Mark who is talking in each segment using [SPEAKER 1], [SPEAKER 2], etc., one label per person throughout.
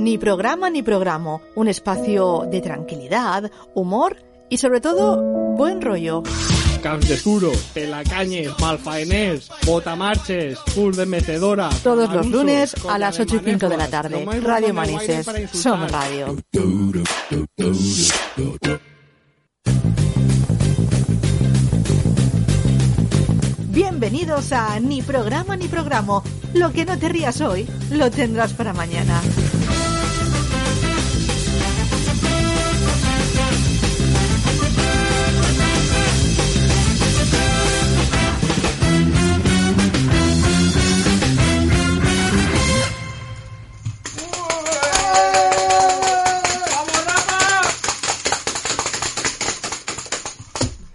[SPEAKER 1] Ni programa ni programa, un espacio de tranquilidad, humor y sobre todo buen rollo.
[SPEAKER 2] Camps de Suro, Telacañes, Malfaenés, Botamarches, Pur de Mecedora.
[SPEAKER 1] Todos los
[SPEAKER 2] Marusos,
[SPEAKER 1] lunes a
[SPEAKER 2] Contra
[SPEAKER 1] las
[SPEAKER 2] de
[SPEAKER 1] 8 y 5 de la
[SPEAKER 2] Manejas,
[SPEAKER 1] tarde.
[SPEAKER 2] lo
[SPEAKER 1] Radio
[SPEAKER 2] más bueno de Guaire
[SPEAKER 1] Manises,
[SPEAKER 2] para
[SPEAKER 1] Son
[SPEAKER 2] insultar.
[SPEAKER 1] Radio. Bienvenidos a Ni programa ni programa. Lo que no te rías hoy, lo tendrás para mañana.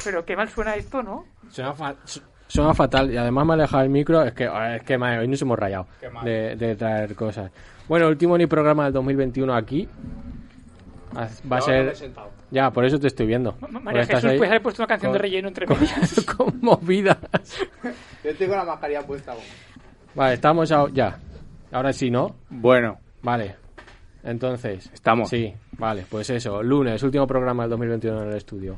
[SPEAKER 3] Pero qué mal suena esto, ¿no?
[SPEAKER 4] Suena, fa- su- suena fatal y además me ha alejado el micro. Es que, ah, es que madre, hoy nos hemos rayado de, de traer cosas. Bueno, último ni programa del 2021 aquí. Haz- Va a ser. Ya, por eso te estoy viendo.
[SPEAKER 3] Ma- Ma-
[SPEAKER 4] Porque
[SPEAKER 3] María
[SPEAKER 4] estás
[SPEAKER 3] Jesús, pues,
[SPEAKER 4] ahí
[SPEAKER 3] puedes haber puesto una canción de
[SPEAKER 4] con-
[SPEAKER 3] relleno entre
[SPEAKER 4] con-
[SPEAKER 3] medias.
[SPEAKER 4] Conmovida.
[SPEAKER 5] Yo tengo la mascarilla puesta. vos.
[SPEAKER 4] Vale, estamos a- ya. Ahora sí, ¿no?
[SPEAKER 5] Bueno,
[SPEAKER 4] Vale. Entonces.
[SPEAKER 5] Estamos.
[SPEAKER 4] Sí, vale, pues eso. Lunes, último programa del 2021 en el estudio.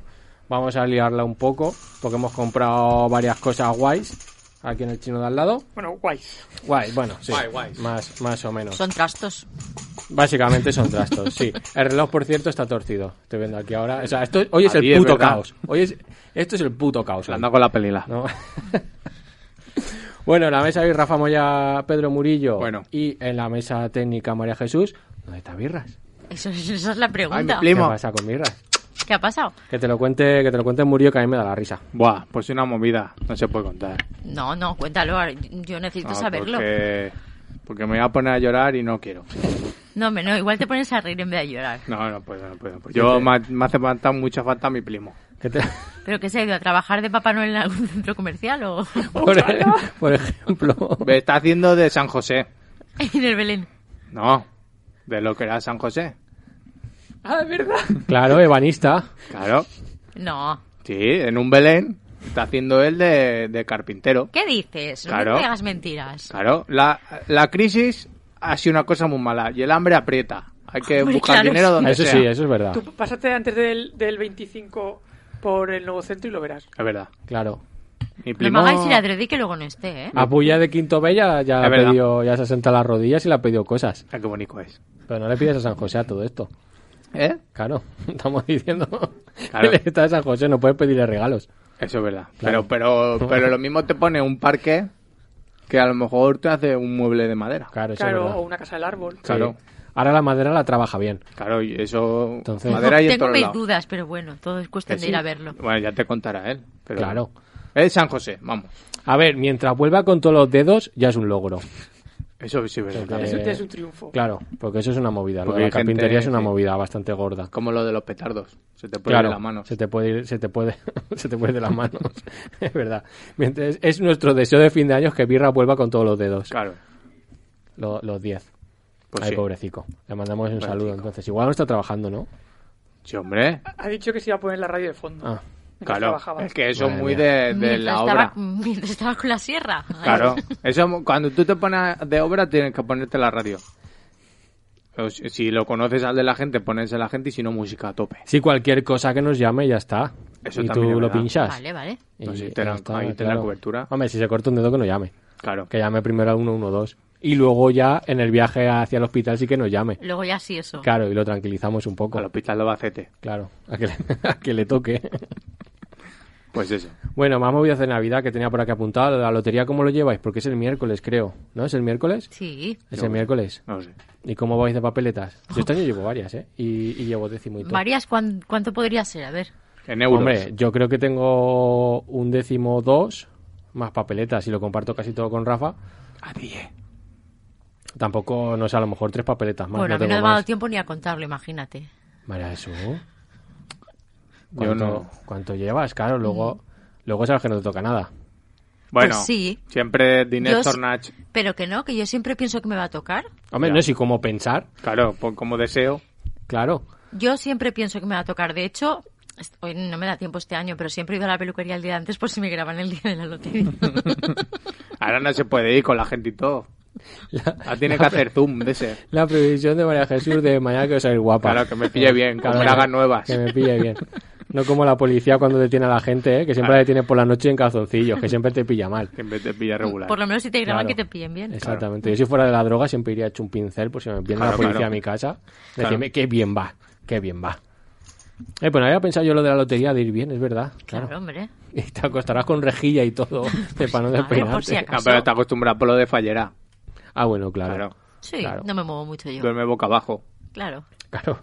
[SPEAKER 4] Vamos a liarla un poco porque hemos comprado varias cosas guays aquí en el chino de al lado.
[SPEAKER 3] Bueno, guay.
[SPEAKER 4] Guay, bueno, sí.
[SPEAKER 6] Guay, guay.
[SPEAKER 4] Más, más o menos.
[SPEAKER 7] Son trastos.
[SPEAKER 4] Básicamente son trastos, sí. El reloj, por cierto, está torcido. Estoy viendo aquí ahora. O sea, esto, hoy es
[SPEAKER 5] A ti,
[SPEAKER 4] el
[SPEAKER 5] es
[SPEAKER 4] puto
[SPEAKER 5] verdad.
[SPEAKER 4] caos. Hoy es, esto es el puto caos. hoy.
[SPEAKER 5] hablando con la pelila.
[SPEAKER 4] ¿no? bueno, en la mesa hoy Rafa Moya, Pedro Murillo.
[SPEAKER 5] Bueno.
[SPEAKER 4] Y en la mesa técnica María Jesús. ¿Dónde está Birras?
[SPEAKER 7] Eso, esa es la
[SPEAKER 5] Ay, mi
[SPEAKER 7] pregunta.
[SPEAKER 4] ¿Qué
[SPEAKER 5] primo.
[SPEAKER 4] pasa con Birras?
[SPEAKER 7] ¿Qué ha pasado?
[SPEAKER 4] Que te lo cuente, que te lo cuente Murillo, que a mí me da la risa.
[SPEAKER 5] Buah, pues una movida. No se puede contar.
[SPEAKER 7] No, no, cuéntalo. ahora, Yo necesito
[SPEAKER 5] No,
[SPEAKER 7] saberlo.
[SPEAKER 5] Ah, Porque... porque me voy a poner a llorar y no quiero.
[SPEAKER 7] No, hombre, no. Igual te pones a reír en vez de llorar.
[SPEAKER 5] No, no puedo, no puedo. Yo me, me hace falta mucha falta mi primo.
[SPEAKER 4] Que te-
[SPEAKER 7] ¿Pero que se ha ido a trabajar de Papá Noel en algún centro comercial o
[SPEAKER 4] por, por ejemplo.
[SPEAKER 5] Me está haciendo de San José.
[SPEAKER 7] en el Belén?
[SPEAKER 5] No, de lo que era San José.
[SPEAKER 3] Ah, ¿verdad?
[SPEAKER 4] Claro, ebanista.
[SPEAKER 5] Claro.
[SPEAKER 7] No.
[SPEAKER 5] Sí, en un Belén está haciendo él de, de carpintero.
[SPEAKER 7] ¿Qué dices? No
[SPEAKER 5] Claro. Ah,
[SPEAKER 7] me pegas mentiras.
[SPEAKER 5] Claro, la, la crisis ha sido una cosa muy mala y el hambre aprieta. Hay que
[SPEAKER 7] Hombre,
[SPEAKER 5] buscar
[SPEAKER 7] claro,
[SPEAKER 5] dinero
[SPEAKER 7] sí.
[SPEAKER 5] donde
[SPEAKER 4] Eso
[SPEAKER 5] sea.
[SPEAKER 4] sí, eso es verdad.
[SPEAKER 3] Tú pásate antes del, del 25 por el nuevo centro y lo verás.
[SPEAKER 5] Es verdad.
[SPEAKER 4] Claro.
[SPEAKER 5] Mi
[SPEAKER 7] No
[SPEAKER 5] primo... Ah,
[SPEAKER 7] me hagáis ir a Dreddy que luego no esté, ¿eh?
[SPEAKER 4] A Puya de Quinto B ya, ya,
[SPEAKER 5] Es
[SPEAKER 4] ha
[SPEAKER 5] verdad.
[SPEAKER 4] pedido- ya se senta a las rodillas y le ha pedido cosas.
[SPEAKER 5] Ah, qué bonito es.
[SPEAKER 4] Pero no le pides a San José a todo esto.
[SPEAKER 5] ¿Eh?
[SPEAKER 4] Claro, estamos diciendo
[SPEAKER 5] Claro.
[SPEAKER 4] que le está a San José, no puedes pedirle regalos.
[SPEAKER 5] Eso es verdad. Pero, pero, pero lo mismo te pone un parque que a lo mejor te hace un mueble de madera.
[SPEAKER 4] Claro, eso es
[SPEAKER 3] claro,
[SPEAKER 4] verdad.
[SPEAKER 3] o una casa del árbol.
[SPEAKER 4] Sí.
[SPEAKER 5] claro.
[SPEAKER 4] Ahora la madera la trabaja bien.
[SPEAKER 5] Claro, y eso...
[SPEAKER 4] Entonces-
[SPEAKER 5] madera y en
[SPEAKER 7] Tengo
[SPEAKER 5] todos
[SPEAKER 7] mis
[SPEAKER 5] lados.
[SPEAKER 7] dudas, pero bueno, todo es
[SPEAKER 5] Que
[SPEAKER 7] cuestión de
[SPEAKER 5] sí.
[SPEAKER 7] ir a verlo.
[SPEAKER 5] Bueno, ya te contará él. pero-
[SPEAKER 4] Claro.
[SPEAKER 5] Es San José, vamos.
[SPEAKER 4] A ver, mientras vuelva con todos los dedos, ya es un logro.
[SPEAKER 5] Eso sí es verdad.
[SPEAKER 4] Porque-
[SPEAKER 3] Eso
[SPEAKER 4] Eh,
[SPEAKER 3] ya es un triunfo.
[SPEAKER 4] Claro, porque eso es una movida. Lo
[SPEAKER 5] Porque
[SPEAKER 4] de la
[SPEAKER 5] hay gente-
[SPEAKER 4] carpintería es una
[SPEAKER 5] sí.
[SPEAKER 4] movida bastante gorda.
[SPEAKER 5] Como lo de los petardos. Se te pone
[SPEAKER 4] Claro,
[SPEAKER 5] la mano.
[SPEAKER 4] se te puede ir, se te puede, se te puede de las manos. es verdad. Mientras- es nuestro deseo de fin de año que Birra vuelva con todos los dedos.
[SPEAKER 5] Claro.
[SPEAKER 4] Lo- los 10.
[SPEAKER 5] Pues
[SPEAKER 4] Ay,
[SPEAKER 5] sí.
[SPEAKER 4] pobrecico. Le mandamos un
[SPEAKER 5] Pobrecico.
[SPEAKER 4] saludo entonces. Igual no está trabajando, ¿no?
[SPEAKER 5] Sí, hombre.
[SPEAKER 3] Ha dicho que se iba a poner la radio de fondo.
[SPEAKER 4] Ah.
[SPEAKER 3] mientras
[SPEAKER 5] Claro.
[SPEAKER 3] trabajaba.
[SPEAKER 5] Es que eso es
[SPEAKER 4] Madre
[SPEAKER 5] muy
[SPEAKER 4] mía.
[SPEAKER 5] de, de
[SPEAKER 7] mientras,
[SPEAKER 5] la
[SPEAKER 7] estaba,
[SPEAKER 5] obra.
[SPEAKER 7] mientras estaba con la sierra. Ay,
[SPEAKER 5] Claro. Eso, cuando tú te pones de obra, tienes que ponerte la radio. O si, si lo conoces al de la gente, pones a la gente y si no, música a tope.
[SPEAKER 4] Si cualquier cosa que nos llame, ya está.
[SPEAKER 5] Eso
[SPEAKER 4] y tú
[SPEAKER 5] también es
[SPEAKER 4] lo
[SPEAKER 5] verdad.
[SPEAKER 4] pinchas.
[SPEAKER 7] Vale, vale.
[SPEAKER 4] Y
[SPEAKER 5] No, sí,
[SPEAKER 4] ya
[SPEAKER 5] te la- ahí te la cobertura.
[SPEAKER 4] Hombre, si se corta un dedo, que no llame.
[SPEAKER 5] Claro.
[SPEAKER 4] Que llame primero al 112. Y luego ya en el viaje hacia el hospital sí que nos llame.
[SPEAKER 7] Luego ya sí eso.
[SPEAKER 4] Claro, y lo tranquilizamos un poco.
[SPEAKER 5] Al hospital de Albacete.
[SPEAKER 4] Claro, a que, le, a que le toque.
[SPEAKER 5] Pues eso.
[SPEAKER 4] Bueno, más movidas de Navidad que tenía por aquí apuntado. La lotería, ¿cómo lo lleváis? Porque es el miércoles, creo. ¿No? ¿Es el miércoles?
[SPEAKER 7] Sí.
[SPEAKER 4] Es el miércoles.
[SPEAKER 5] No lo sé.
[SPEAKER 4] ¿Y cómo vais de papeletas? Yo este año llevo varias, ¿eh? Y, y llevo décimo y todo.
[SPEAKER 7] Marías, ¿cuán- ¿cuánto podría ser? A ver.
[SPEAKER 5] En euros.
[SPEAKER 4] Hombre, yo creo que tengo un décimo dos más papeletas y lo comparto casi todo con Rafa.
[SPEAKER 5] A 10.
[SPEAKER 4] Tampoco, no sé, a lo mejor tres papeletas más.
[SPEAKER 7] bueno,
[SPEAKER 4] no
[SPEAKER 7] a mí no
[SPEAKER 4] tengo
[SPEAKER 7] me ha dado
[SPEAKER 4] más.
[SPEAKER 7] tiempo ni a contarlo, imagínate.
[SPEAKER 4] María Jesús,
[SPEAKER 5] Yo
[SPEAKER 4] ¿Cuánto,
[SPEAKER 5] no.
[SPEAKER 4] ¿Cuánto llevas? Claro, luego, luego sabes que no te toca nada.
[SPEAKER 5] Bueno,
[SPEAKER 7] Pues sí.
[SPEAKER 5] siempre Dinés
[SPEAKER 7] Yo sí-
[SPEAKER 5] Tornach.
[SPEAKER 7] Pero que no, que yo siempre pienso que me va a tocar.
[SPEAKER 4] Hombre,
[SPEAKER 5] Ya.
[SPEAKER 4] no sé cómo pensar.
[SPEAKER 5] Claro, por- como deseo.
[SPEAKER 4] Claro.
[SPEAKER 7] Yo siempre pienso que me va a tocar. De hecho, est- hoy no me da tiempo este año, pero siempre he ido a la peluquería el día antes por si me graban el día de la lotería.
[SPEAKER 5] Ahora no se puede ir con la gente y todo.
[SPEAKER 4] La,
[SPEAKER 5] Ah, tiene que hacer zoom de ese.
[SPEAKER 4] la previsión de María Jesús de mañana que soy guapa.
[SPEAKER 5] Claro, que me pille bien, que me la hagan nuevas.
[SPEAKER 4] Que me pille bien. No como la policía cuando detiene a la gente, ¿eh? que siempre la detiene por la noche en calzoncillos, que siempre te pilla mal.
[SPEAKER 5] Que en vez de pillar regular.
[SPEAKER 7] Por lo menos si te graban
[SPEAKER 4] Claro.
[SPEAKER 7] que te pillen bien.
[SPEAKER 4] Exactamente. Yo si fuera de la droga siempre iría hecho un pincel por si me viene
[SPEAKER 5] Claro,
[SPEAKER 4] la policía
[SPEAKER 5] claro.
[SPEAKER 4] a mi casa.
[SPEAKER 5] Claro.
[SPEAKER 4] Decirme qué bien va, qué bien va. Eh, pues no había pensado yo lo de la lotería de ir bien, es verdad.
[SPEAKER 7] Claro,
[SPEAKER 4] Claro.
[SPEAKER 7] hombre.
[SPEAKER 4] Y te acostarás con rejilla y todo, de para no
[SPEAKER 7] claro, por
[SPEAKER 4] despeinarte.
[SPEAKER 7] si acaso.
[SPEAKER 5] Ah, pero está acostumbrado por lo de fallera.
[SPEAKER 4] Ah, bueno, claro.
[SPEAKER 5] Claro.
[SPEAKER 7] Sí,
[SPEAKER 4] Claro.
[SPEAKER 7] no me muevo mucho yo.
[SPEAKER 5] Duerme boca abajo.
[SPEAKER 7] Claro.
[SPEAKER 4] Claro.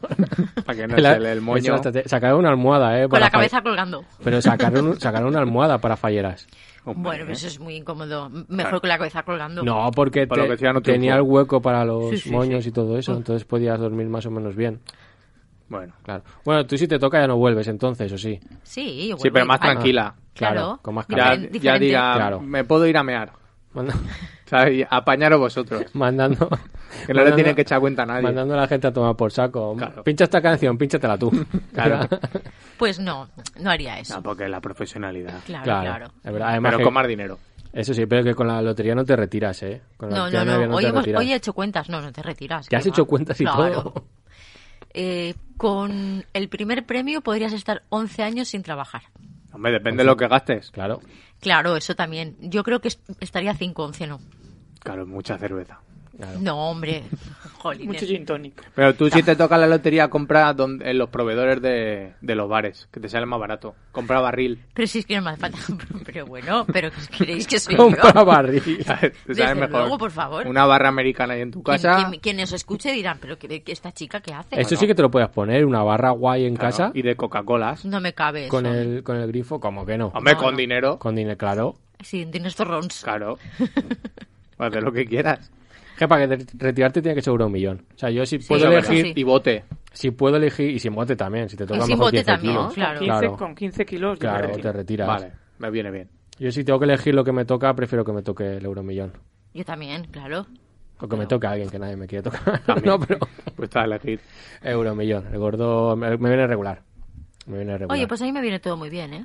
[SPEAKER 5] Para que no
[SPEAKER 4] La-
[SPEAKER 5] se le el
[SPEAKER 4] eso,
[SPEAKER 5] moño.
[SPEAKER 4] hasta te- Sacaron una almohada, ¿eh?
[SPEAKER 7] Con
[SPEAKER 4] para
[SPEAKER 7] la
[SPEAKER 4] fa-
[SPEAKER 7] cabeza colgando.
[SPEAKER 4] Pero sacaron, un- sacaron una almohada para falleras.
[SPEAKER 5] Hombre,
[SPEAKER 7] Bueno, pero
[SPEAKER 5] ¿eh?
[SPEAKER 7] eso es muy incómodo. Mejor
[SPEAKER 5] Claro.
[SPEAKER 7] con la cabeza colgando.
[SPEAKER 4] No, porque
[SPEAKER 5] Para
[SPEAKER 4] te-
[SPEAKER 5] lo que sea, no triunfó.
[SPEAKER 4] tenía el hueco para los
[SPEAKER 7] Sí, sí,
[SPEAKER 4] moños
[SPEAKER 7] sí.
[SPEAKER 4] y todo eso, entonces podías dormir más o menos bien.
[SPEAKER 5] Bueno.
[SPEAKER 4] Claro. Bueno, tú si te toca ya no vuelves entonces, ¿o sí?
[SPEAKER 7] Sí,
[SPEAKER 5] Sí, pero más tranquila.
[SPEAKER 7] Claro,
[SPEAKER 4] Claro, con más
[SPEAKER 5] Ya,
[SPEAKER 7] Diferen-
[SPEAKER 5] ya
[SPEAKER 7] diferente.
[SPEAKER 5] diga,
[SPEAKER 4] Claro.
[SPEAKER 5] me puedo ir a mear.
[SPEAKER 4] Manda-
[SPEAKER 5] ¿Sabes? Y Apañaros vosotros.
[SPEAKER 4] mandando...
[SPEAKER 5] Que no le tienen que echar cuenta a nadie.
[SPEAKER 4] Mandando a la gente a tomar por saco.
[SPEAKER 5] Claro.
[SPEAKER 4] Pincha esta canción, pínchatela tú.
[SPEAKER 5] Claro.
[SPEAKER 7] Pues no, no haría eso.
[SPEAKER 5] No, porque la profesionalidad.
[SPEAKER 7] Claro,
[SPEAKER 4] Claro,
[SPEAKER 7] claro.
[SPEAKER 4] es verdad. Además
[SPEAKER 5] pero
[SPEAKER 4] que-
[SPEAKER 5] con más dinero.
[SPEAKER 4] Eso sí, pero que con la lotería no te retiras, ¿eh? Con la
[SPEAKER 7] No,
[SPEAKER 4] lotería
[SPEAKER 7] no, no.
[SPEAKER 4] navideña
[SPEAKER 7] hoy,
[SPEAKER 4] te
[SPEAKER 7] hemos-
[SPEAKER 4] retiras.
[SPEAKER 7] hoy he hecho cuentas. No, no te retiras.
[SPEAKER 4] Ya
[SPEAKER 7] que
[SPEAKER 4] has
[SPEAKER 7] va.
[SPEAKER 4] hecho cuentas y
[SPEAKER 7] Claro.
[SPEAKER 4] todo.
[SPEAKER 7] Eh, con el primer premio podrías estar 11 años sin trabajar.
[SPEAKER 5] Hombre, depende de lo que gastes.
[SPEAKER 4] Claro.
[SPEAKER 7] Claro, eso también. Yo creo que est- estaría 5, 11 no.
[SPEAKER 5] Claro, mucha cerveza.
[SPEAKER 4] Claro.
[SPEAKER 7] No, hombre.
[SPEAKER 3] Mucho
[SPEAKER 7] Jolines.
[SPEAKER 3] gin tonic.
[SPEAKER 5] Pero tú si te toca la lotería, compra donde- en los proveedores de, de los bares, que te sale más barato. Compra barril.
[SPEAKER 7] Pero si es que no me hace falta. Pero bueno, pero que os creéis que soy yo.
[SPEAKER 4] Compra barril.
[SPEAKER 5] ¿sabes? Te
[SPEAKER 7] Desde
[SPEAKER 5] sale mejor.
[SPEAKER 7] luego, por favor.
[SPEAKER 5] Una barra americana ahí en tu
[SPEAKER 7] Quien-
[SPEAKER 5] casa.
[SPEAKER 7] quien- Quienes os escuche dirán, pero que, que esta chica qué hace.
[SPEAKER 4] Eso sí que te lo puedes poner, una barra guay en
[SPEAKER 5] Claro,
[SPEAKER 4] casa
[SPEAKER 5] Y de Coca-Colas.
[SPEAKER 7] No me cabe eso.
[SPEAKER 4] con el, con el grifo, como que no.
[SPEAKER 5] Hombre,
[SPEAKER 7] No,
[SPEAKER 5] con
[SPEAKER 7] no.
[SPEAKER 5] dinero.
[SPEAKER 4] Con dinero, claro.
[SPEAKER 7] Sí, tienes torrons.
[SPEAKER 5] Claro. Haz lo que quieras.
[SPEAKER 4] Que para que te- retirarte tiene que ser un millón. O sea, yo si puedo
[SPEAKER 7] eso
[SPEAKER 5] Eso
[SPEAKER 4] elegir,
[SPEAKER 5] es Pues verdad.
[SPEAKER 7] sí.
[SPEAKER 5] Y bote.
[SPEAKER 4] si puedo elegir, y sin bote también, si te toca
[SPEAKER 7] Ah, sin
[SPEAKER 4] mejor
[SPEAKER 7] bote
[SPEAKER 4] 15
[SPEAKER 7] también,
[SPEAKER 4] kilos.
[SPEAKER 7] ¿no? Claro.
[SPEAKER 3] 15,
[SPEAKER 4] Claro.
[SPEAKER 3] Con 15 kilos. yo me
[SPEAKER 4] Claro,
[SPEAKER 3] retiro.
[SPEAKER 4] te retiras.
[SPEAKER 5] Vale, me viene bien.
[SPEAKER 4] Yo si tengo que elegir lo que me toca, prefiero que me toque el euromillón.
[SPEAKER 7] Yo también, claro.
[SPEAKER 4] O que me
[SPEAKER 5] Ah.
[SPEAKER 4] toque a alguien que nadie me quiere tocar.
[SPEAKER 5] También.
[SPEAKER 4] no, pero
[SPEAKER 5] Pues está a elegir.
[SPEAKER 4] euromillón. El gordo me, me viene regular. Me viene regular.
[SPEAKER 7] Oye, pues a mí me viene todo muy bien, ¿eh?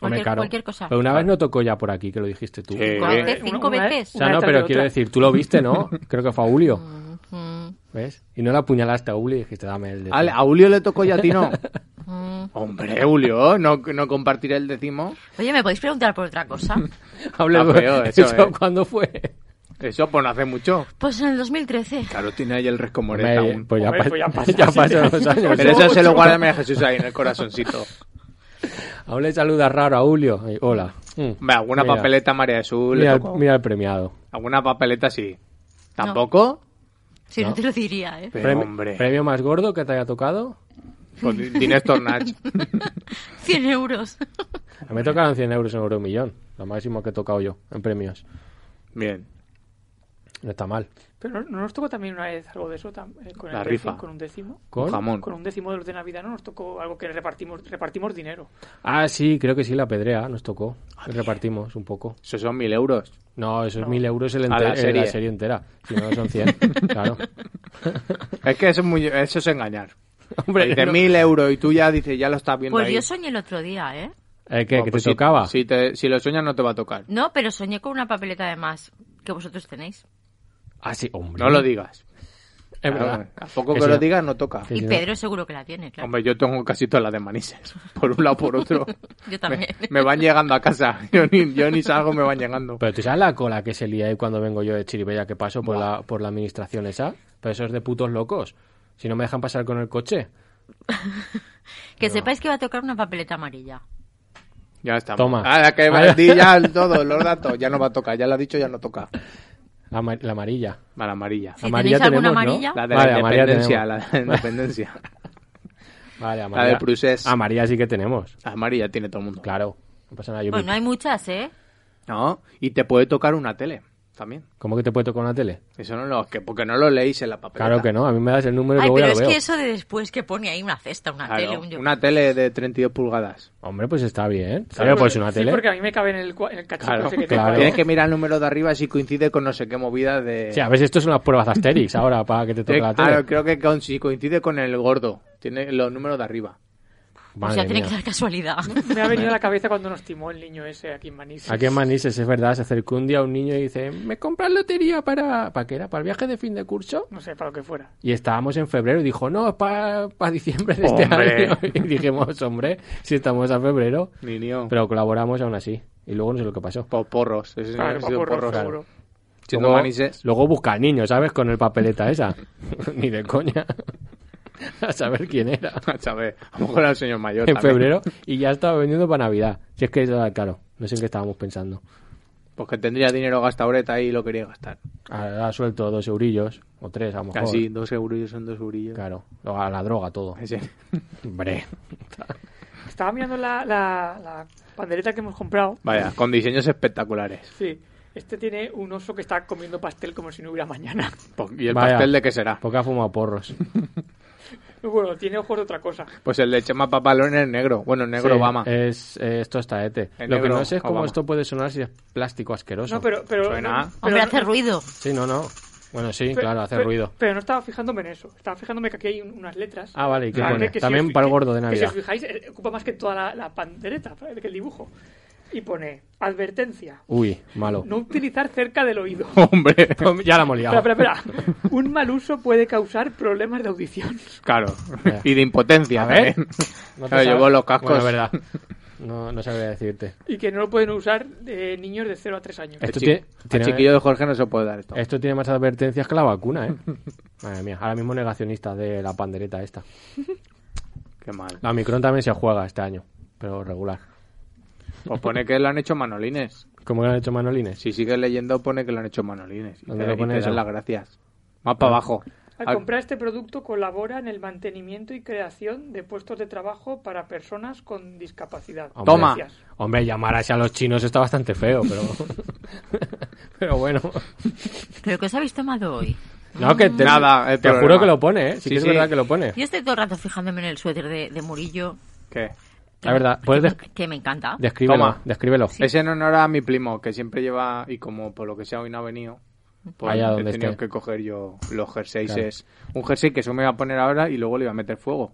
[SPEAKER 4] Hombre,
[SPEAKER 7] Cualquier,
[SPEAKER 4] claro.
[SPEAKER 7] cualquier cosa.
[SPEAKER 4] Pero una vez no tocó ya por aquí, que lo dijiste tú.
[SPEAKER 5] Sí.
[SPEAKER 7] Cuando hace
[SPEAKER 5] Eh,
[SPEAKER 7] cinco
[SPEAKER 3] una- una-
[SPEAKER 7] veces.
[SPEAKER 4] O sea, no,
[SPEAKER 3] tras
[SPEAKER 4] pero
[SPEAKER 3] de
[SPEAKER 4] quiero
[SPEAKER 3] otra.
[SPEAKER 4] decir, tú lo viste, ¿no? Creo que fue a Julio,
[SPEAKER 7] Mm,
[SPEAKER 4] ¿ves? Y no la apuñalaste a Julio y dijiste, dame el de... este".
[SPEAKER 5] Ale, a Julio le tocó ya a ti, ¿no?
[SPEAKER 7] mm.
[SPEAKER 5] Hombre, Julio, no, no compartiré el décimo.
[SPEAKER 7] Oye, ¿me podéis preguntar por otra cosa?
[SPEAKER 4] Hable
[SPEAKER 5] Está
[SPEAKER 4] de-
[SPEAKER 5] feo eso, ¿eh?
[SPEAKER 4] ¿cuándo fue?
[SPEAKER 5] Eso, pues no hace mucho.
[SPEAKER 7] Pues en el 2013.
[SPEAKER 5] Claro, tiene ahí el
[SPEAKER 4] Hombre,
[SPEAKER 5] rescomoreta aún.
[SPEAKER 4] pues ya,
[SPEAKER 3] Hombre,
[SPEAKER 4] pas-
[SPEAKER 3] pues ya
[SPEAKER 4] ya
[SPEAKER 3] pasa.
[SPEAKER 4] pasaron los años.
[SPEAKER 5] Pero eso se lo guarda María Jesús ahí en el corazoncito.
[SPEAKER 4] Aún le saluda raro a Julio. Ay, hola. Mm.
[SPEAKER 5] Hombre, alguna
[SPEAKER 4] Mira,
[SPEAKER 5] papeleta María Jesús le
[SPEAKER 4] Mira,
[SPEAKER 5] tocó.
[SPEAKER 4] el- mira el premiado.
[SPEAKER 5] Alguna papeleta sí. ¿Tampoco?
[SPEAKER 7] Si no.
[SPEAKER 4] No.
[SPEAKER 7] te lo diría, ¿eh?
[SPEAKER 5] Pero,
[SPEAKER 4] Premi-
[SPEAKER 5] hombre,
[SPEAKER 4] ¿Premio más gordo que te haya tocado?
[SPEAKER 5] con Pues, di- Dinés Tornach.
[SPEAKER 7] 100 euros.
[SPEAKER 4] A mí me tocaron 100 euros en euro millón. Lo máximo que he tocado yo en premios.
[SPEAKER 5] Bien.
[SPEAKER 4] No está mal.
[SPEAKER 3] Pero no, no nos tocó también una vez algo de eso tam- eh, con el
[SPEAKER 5] La
[SPEAKER 3] décimo-
[SPEAKER 5] rifa.
[SPEAKER 3] con un décimo.
[SPEAKER 4] ¿Con?
[SPEAKER 5] Jamón.
[SPEAKER 3] Con un décimo de los de Navidad no nos tocó algo que repartimos repartimos dinero.
[SPEAKER 4] Ah, sí, creo que sí, la pedrea nos tocó.
[SPEAKER 5] Ah,
[SPEAKER 4] Repartimos un poco.
[SPEAKER 5] Eso son mil euros.
[SPEAKER 4] No, esos 1000 euros el
[SPEAKER 5] A la
[SPEAKER 4] ente- eh,
[SPEAKER 5] serie.
[SPEAKER 4] la serie entera. Si no, son 100. claro.
[SPEAKER 5] Es que eso es, muy, eso es engañar.
[SPEAKER 4] Hombre,
[SPEAKER 5] Dice
[SPEAKER 4] no.
[SPEAKER 5] mil euros y tú ya dices, ya lo estás viendo
[SPEAKER 7] Pues
[SPEAKER 5] ahí.
[SPEAKER 7] yo soñé el otro día, ¿eh?
[SPEAKER 4] Eh, ¿Qué?
[SPEAKER 5] Bueno,
[SPEAKER 4] ¿Que
[SPEAKER 5] pues
[SPEAKER 4] te
[SPEAKER 5] si-
[SPEAKER 4] tocaba?
[SPEAKER 5] Si, te- si lo sueñas no te va a tocar.
[SPEAKER 7] No, pero soñé con una papeleta de más que vosotros tenéis.
[SPEAKER 4] Ah, sí, hombre.
[SPEAKER 5] No lo digas.
[SPEAKER 4] Es verdad.
[SPEAKER 5] Claro, Tampoco
[SPEAKER 4] Que
[SPEAKER 5] que,
[SPEAKER 4] si
[SPEAKER 5] lo
[SPEAKER 4] no-
[SPEAKER 5] digas no toca.
[SPEAKER 4] Sí,
[SPEAKER 7] y
[SPEAKER 4] sí, no.
[SPEAKER 7] Pedro seguro que la tiene, claro.
[SPEAKER 5] Hombre, yo tengo casi todas las de Manises. Por un lado, por otro.
[SPEAKER 7] Yo también.
[SPEAKER 5] Me, me van llegando a casa. Yo ni, yo ni salgo, me van llegando.
[SPEAKER 4] Pero tú sabes la cola que se lía ahí cuando vengo yo de Chiribella que paso por la, por la administración esa. Pero eso es de putos locos. Si no me dejan pasar con el coche.
[SPEAKER 7] Que sepáis que va a tocar una papeleta amarilla.
[SPEAKER 5] Ya estamos.
[SPEAKER 4] Toma.
[SPEAKER 5] Ah, que me di ya el- todos los datos. Ya no va a tocar. Ya lo ha dicho, ya no toca.
[SPEAKER 4] La, ama- la amarilla.
[SPEAKER 5] Mala amarilla.
[SPEAKER 7] Si
[SPEAKER 4] Amarilla
[SPEAKER 7] tenéis alguna
[SPEAKER 4] tenemos, ¿no?
[SPEAKER 7] amarilla,
[SPEAKER 5] La de
[SPEAKER 4] Vale,
[SPEAKER 5] la
[SPEAKER 4] amarilla
[SPEAKER 5] independencia. La
[SPEAKER 4] tenemos.
[SPEAKER 5] de la independencia.
[SPEAKER 4] Vale, amarilla.
[SPEAKER 5] de Prusés.
[SPEAKER 4] Amarilla sí que tenemos.
[SPEAKER 5] Amarilla tiene todo el mundo.
[SPEAKER 4] Claro. No pasa nada. Yo
[SPEAKER 7] pues
[SPEAKER 4] me-
[SPEAKER 7] no hay muchas, ¿eh?
[SPEAKER 5] No, y te puede tocar una tele también.
[SPEAKER 4] ¿Cómo que te puede tocar una tele?
[SPEAKER 5] Eso no lo. Que, porque no lo leéis en la papeleta.
[SPEAKER 4] Claro que no. A mí me das el número y
[SPEAKER 7] Ay,
[SPEAKER 4] luego ya lo
[SPEAKER 7] pero es
[SPEAKER 4] veo.
[SPEAKER 7] que eso de después que pone ahí una cesta, una
[SPEAKER 5] Claro,
[SPEAKER 7] tele, un yo-
[SPEAKER 5] una tele de 32 pulgadas.
[SPEAKER 4] Hombre, pues está bien.
[SPEAKER 3] Claro,
[SPEAKER 4] Oye, pues una
[SPEAKER 3] sí,
[SPEAKER 4] tele.
[SPEAKER 3] porque a mí me cabe en el, cua- en el cachito
[SPEAKER 5] Claro,
[SPEAKER 3] ese que
[SPEAKER 4] claro.
[SPEAKER 3] tengo.
[SPEAKER 5] Tienes que mirar el número de arriba si coincide con no sé qué movida de.
[SPEAKER 4] Sí, a ver si esto son las pruebas de Asterix ahora para que te toque
[SPEAKER 5] Tiene-
[SPEAKER 4] la
[SPEAKER 5] ah,
[SPEAKER 4] tele.
[SPEAKER 5] creo que con- si coincide con el gordo. Tiene los números de arriba.
[SPEAKER 7] o
[SPEAKER 4] Madre
[SPEAKER 7] sea, tiene
[SPEAKER 4] mía.
[SPEAKER 7] que dar casualidad.
[SPEAKER 3] Me ha venido a la cabeza cuando nos timó el niño ese aquí en Manises.
[SPEAKER 4] Aquí en Manises, es verdad, se acercó un día un niño y dice, me compras lotería para... ¿Para qué era? ¿Para el viaje de fin de curso?
[SPEAKER 3] No sé, para lo que fuera.
[SPEAKER 4] Y estábamos en febrero y dijo, no, es para, diciembre de
[SPEAKER 5] Hombre.
[SPEAKER 4] este año. Y dijimos, hombre, si estamos a febrero.
[SPEAKER 5] Niño.
[SPEAKER 4] Pero colaboramos aún así. Y luego no sé lo que pasó.
[SPEAKER 5] Po- porros. Ese señor
[SPEAKER 3] Claro,
[SPEAKER 5] ha
[SPEAKER 3] para
[SPEAKER 5] sido
[SPEAKER 3] porros,
[SPEAKER 5] porros.
[SPEAKER 3] seguro.
[SPEAKER 5] Siendo
[SPEAKER 4] luego,
[SPEAKER 5] manises.
[SPEAKER 4] luego busca al niño, ¿sabes? Con el papeleta esa. Ni de coña. a saber quién era.
[SPEAKER 5] A saber, a lo mejor era el señor mayor.
[SPEAKER 4] En
[SPEAKER 5] también.
[SPEAKER 4] febrero. Y ya estaba vendiendo para Navidad. Si es que, ah, claro, no sé en qué estábamos pensando.
[SPEAKER 5] Porque Pues tendría dinero gastadoreta y lo quería gastar.
[SPEAKER 4] Ahora suelto dos eurillos. O tres, a lo mejor.
[SPEAKER 5] Así, dos eurillos son dos eurillos.
[SPEAKER 4] Claro. Luego A la droga todo.
[SPEAKER 5] Ese.
[SPEAKER 4] Hombre.
[SPEAKER 3] Estaba mirando la, la, la pandereta que hemos comprado.
[SPEAKER 5] Vaya, con diseños espectaculares.
[SPEAKER 3] Sí, este tiene un oso que está comiendo pastel como si no hubiera mañana.
[SPEAKER 5] Po- Pues, ¿Y el
[SPEAKER 4] Vaya. Pues-
[SPEAKER 5] pastel de qué será?
[SPEAKER 4] Porque ha fumado porros.
[SPEAKER 3] Bueno, tiene ojos de otra cosa.
[SPEAKER 5] Pues el de Chema Papalón es negro. Bueno, negro
[SPEAKER 4] Sí, eh.
[SPEAKER 5] Obama.
[SPEAKER 4] Es, es tostaete.
[SPEAKER 5] El
[SPEAKER 4] Lo que
[SPEAKER 5] negro
[SPEAKER 4] no sé es cómo
[SPEAKER 5] Obama.
[SPEAKER 4] esto puede sonar si es plástico asqueroso.
[SPEAKER 3] No, pero. pero
[SPEAKER 5] Suena.
[SPEAKER 3] no, pero
[SPEAKER 7] Hombre,
[SPEAKER 3] no-
[SPEAKER 7] hace ruido.
[SPEAKER 4] Sí, no, no. Bueno, sí,
[SPEAKER 3] pero-
[SPEAKER 4] claro, hace
[SPEAKER 3] pero-
[SPEAKER 4] ruido.
[SPEAKER 3] Pero no estaba fijándome en eso. Estaba fijándome que aquí hay un- unas letras.
[SPEAKER 4] Ah, vale, ¿y qué
[SPEAKER 3] Ah,
[SPEAKER 4] pone?
[SPEAKER 3] que- que si
[SPEAKER 4] También
[SPEAKER 3] os-
[SPEAKER 4] para el
[SPEAKER 3] que-
[SPEAKER 4] gordo de
[SPEAKER 3] Que
[SPEAKER 4] Navidad.
[SPEAKER 3] si os fijáis, eh, ocupa más que toda la, la pandereta, eh, que el dibujo. Y pone: advertencia.
[SPEAKER 4] Uy, malo.
[SPEAKER 3] No utilizar cerca del oído.
[SPEAKER 5] Hombre,
[SPEAKER 4] ya la hemos liado.
[SPEAKER 3] Espera, espera, espera. Un mal uso puede causar problemas de audición.
[SPEAKER 5] claro.
[SPEAKER 4] Vaya.
[SPEAKER 5] Y de impotencia,
[SPEAKER 4] A ver.
[SPEAKER 5] también.
[SPEAKER 4] No te
[SPEAKER 5] Claro,
[SPEAKER 4] sabes-
[SPEAKER 5] llevo los cascos.
[SPEAKER 4] Bueno, verdad. No, no sabría decirte.
[SPEAKER 3] Y que no lo pueden usar eh, niños de 0 a 3 años.
[SPEAKER 5] El
[SPEAKER 4] Esto
[SPEAKER 5] chi-
[SPEAKER 4] tiene-
[SPEAKER 5] al
[SPEAKER 4] tiene-
[SPEAKER 5] chiquillo de Jorge no se puede dar esto.
[SPEAKER 4] Esto tiene más advertencias que la vacuna, ¿eh? Madre mía, ahora mismo negacionista de la pandereta esta.
[SPEAKER 5] Qué mal.
[SPEAKER 4] La Omicron también se juega este año, pero regular.
[SPEAKER 5] Pues pone que lo han hecho manolines.
[SPEAKER 4] ¿Cómo lo han hecho Manolines?
[SPEAKER 5] Si sigues leyendo, pone que lo han hecho manolines. Y
[SPEAKER 4] ¿Dónde
[SPEAKER 5] te,
[SPEAKER 4] lo
[SPEAKER 5] y
[SPEAKER 4] pone
[SPEAKER 5] te
[SPEAKER 4] eso?
[SPEAKER 5] dan las gracias. Más para abajo.
[SPEAKER 3] Al
[SPEAKER 5] Al-
[SPEAKER 3] comprar este producto colabora en el mantenimiento y creación de puestos de trabajo para personas con discapacidad.
[SPEAKER 4] Hombre,
[SPEAKER 5] Toma.
[SPEAKER 3] Gracias.
[SPEAKER 4] Hombre, llamar así a los chinos está bastante feo, pero. pero bueno.
[SPEAKER 7] ¿Pero qué os habéis tomado hoy?
[SPEAKER 4] No, que te,
[SPEAKER 5] Nada, el
[SPEAKER 4] te
[SPEAKER 5] programa.
[SPEAKER 4] juro que lo pone, ¿eh? Sí,
[SPEAKER 5] Sí,
[SPEAKER 4] que es
[SPEAKER 5] sí.
[SPEAKER 4] verdad que lo pone.
[SPEAKER 7] Yo estoy todo el rato fijándome en el suéter de, de Murillo.
[SPEAKER 5] ¿Qué?
[SPEAKER 7] que
[SPEAKER 4] La
[SPEAKER 7] me-
[SPEAKER 4] verdad, puedes
[SPEAKER 7] que,
[SPEAKER 4] desc-
[SPEAKER 7] me- que me encanta.
[SPEAKER 4] Descríbelo,
[SPEAKER 5] Toma.
[SPEAKER 4] descríbelo.
[SPEAKER 5] Es en honor a mi primo, que siempre lleva, y como por lo que sea hoy no ha venido, pues
[SPEAKER 4] Allá donde
[SPEAKER 5] he tenido
[SPEAKER 4] esté.
[SPEAKER 5] que coger yo los jerseys. Es un jersey que eso me iba a poner ahora y luego le iba a meter fuego.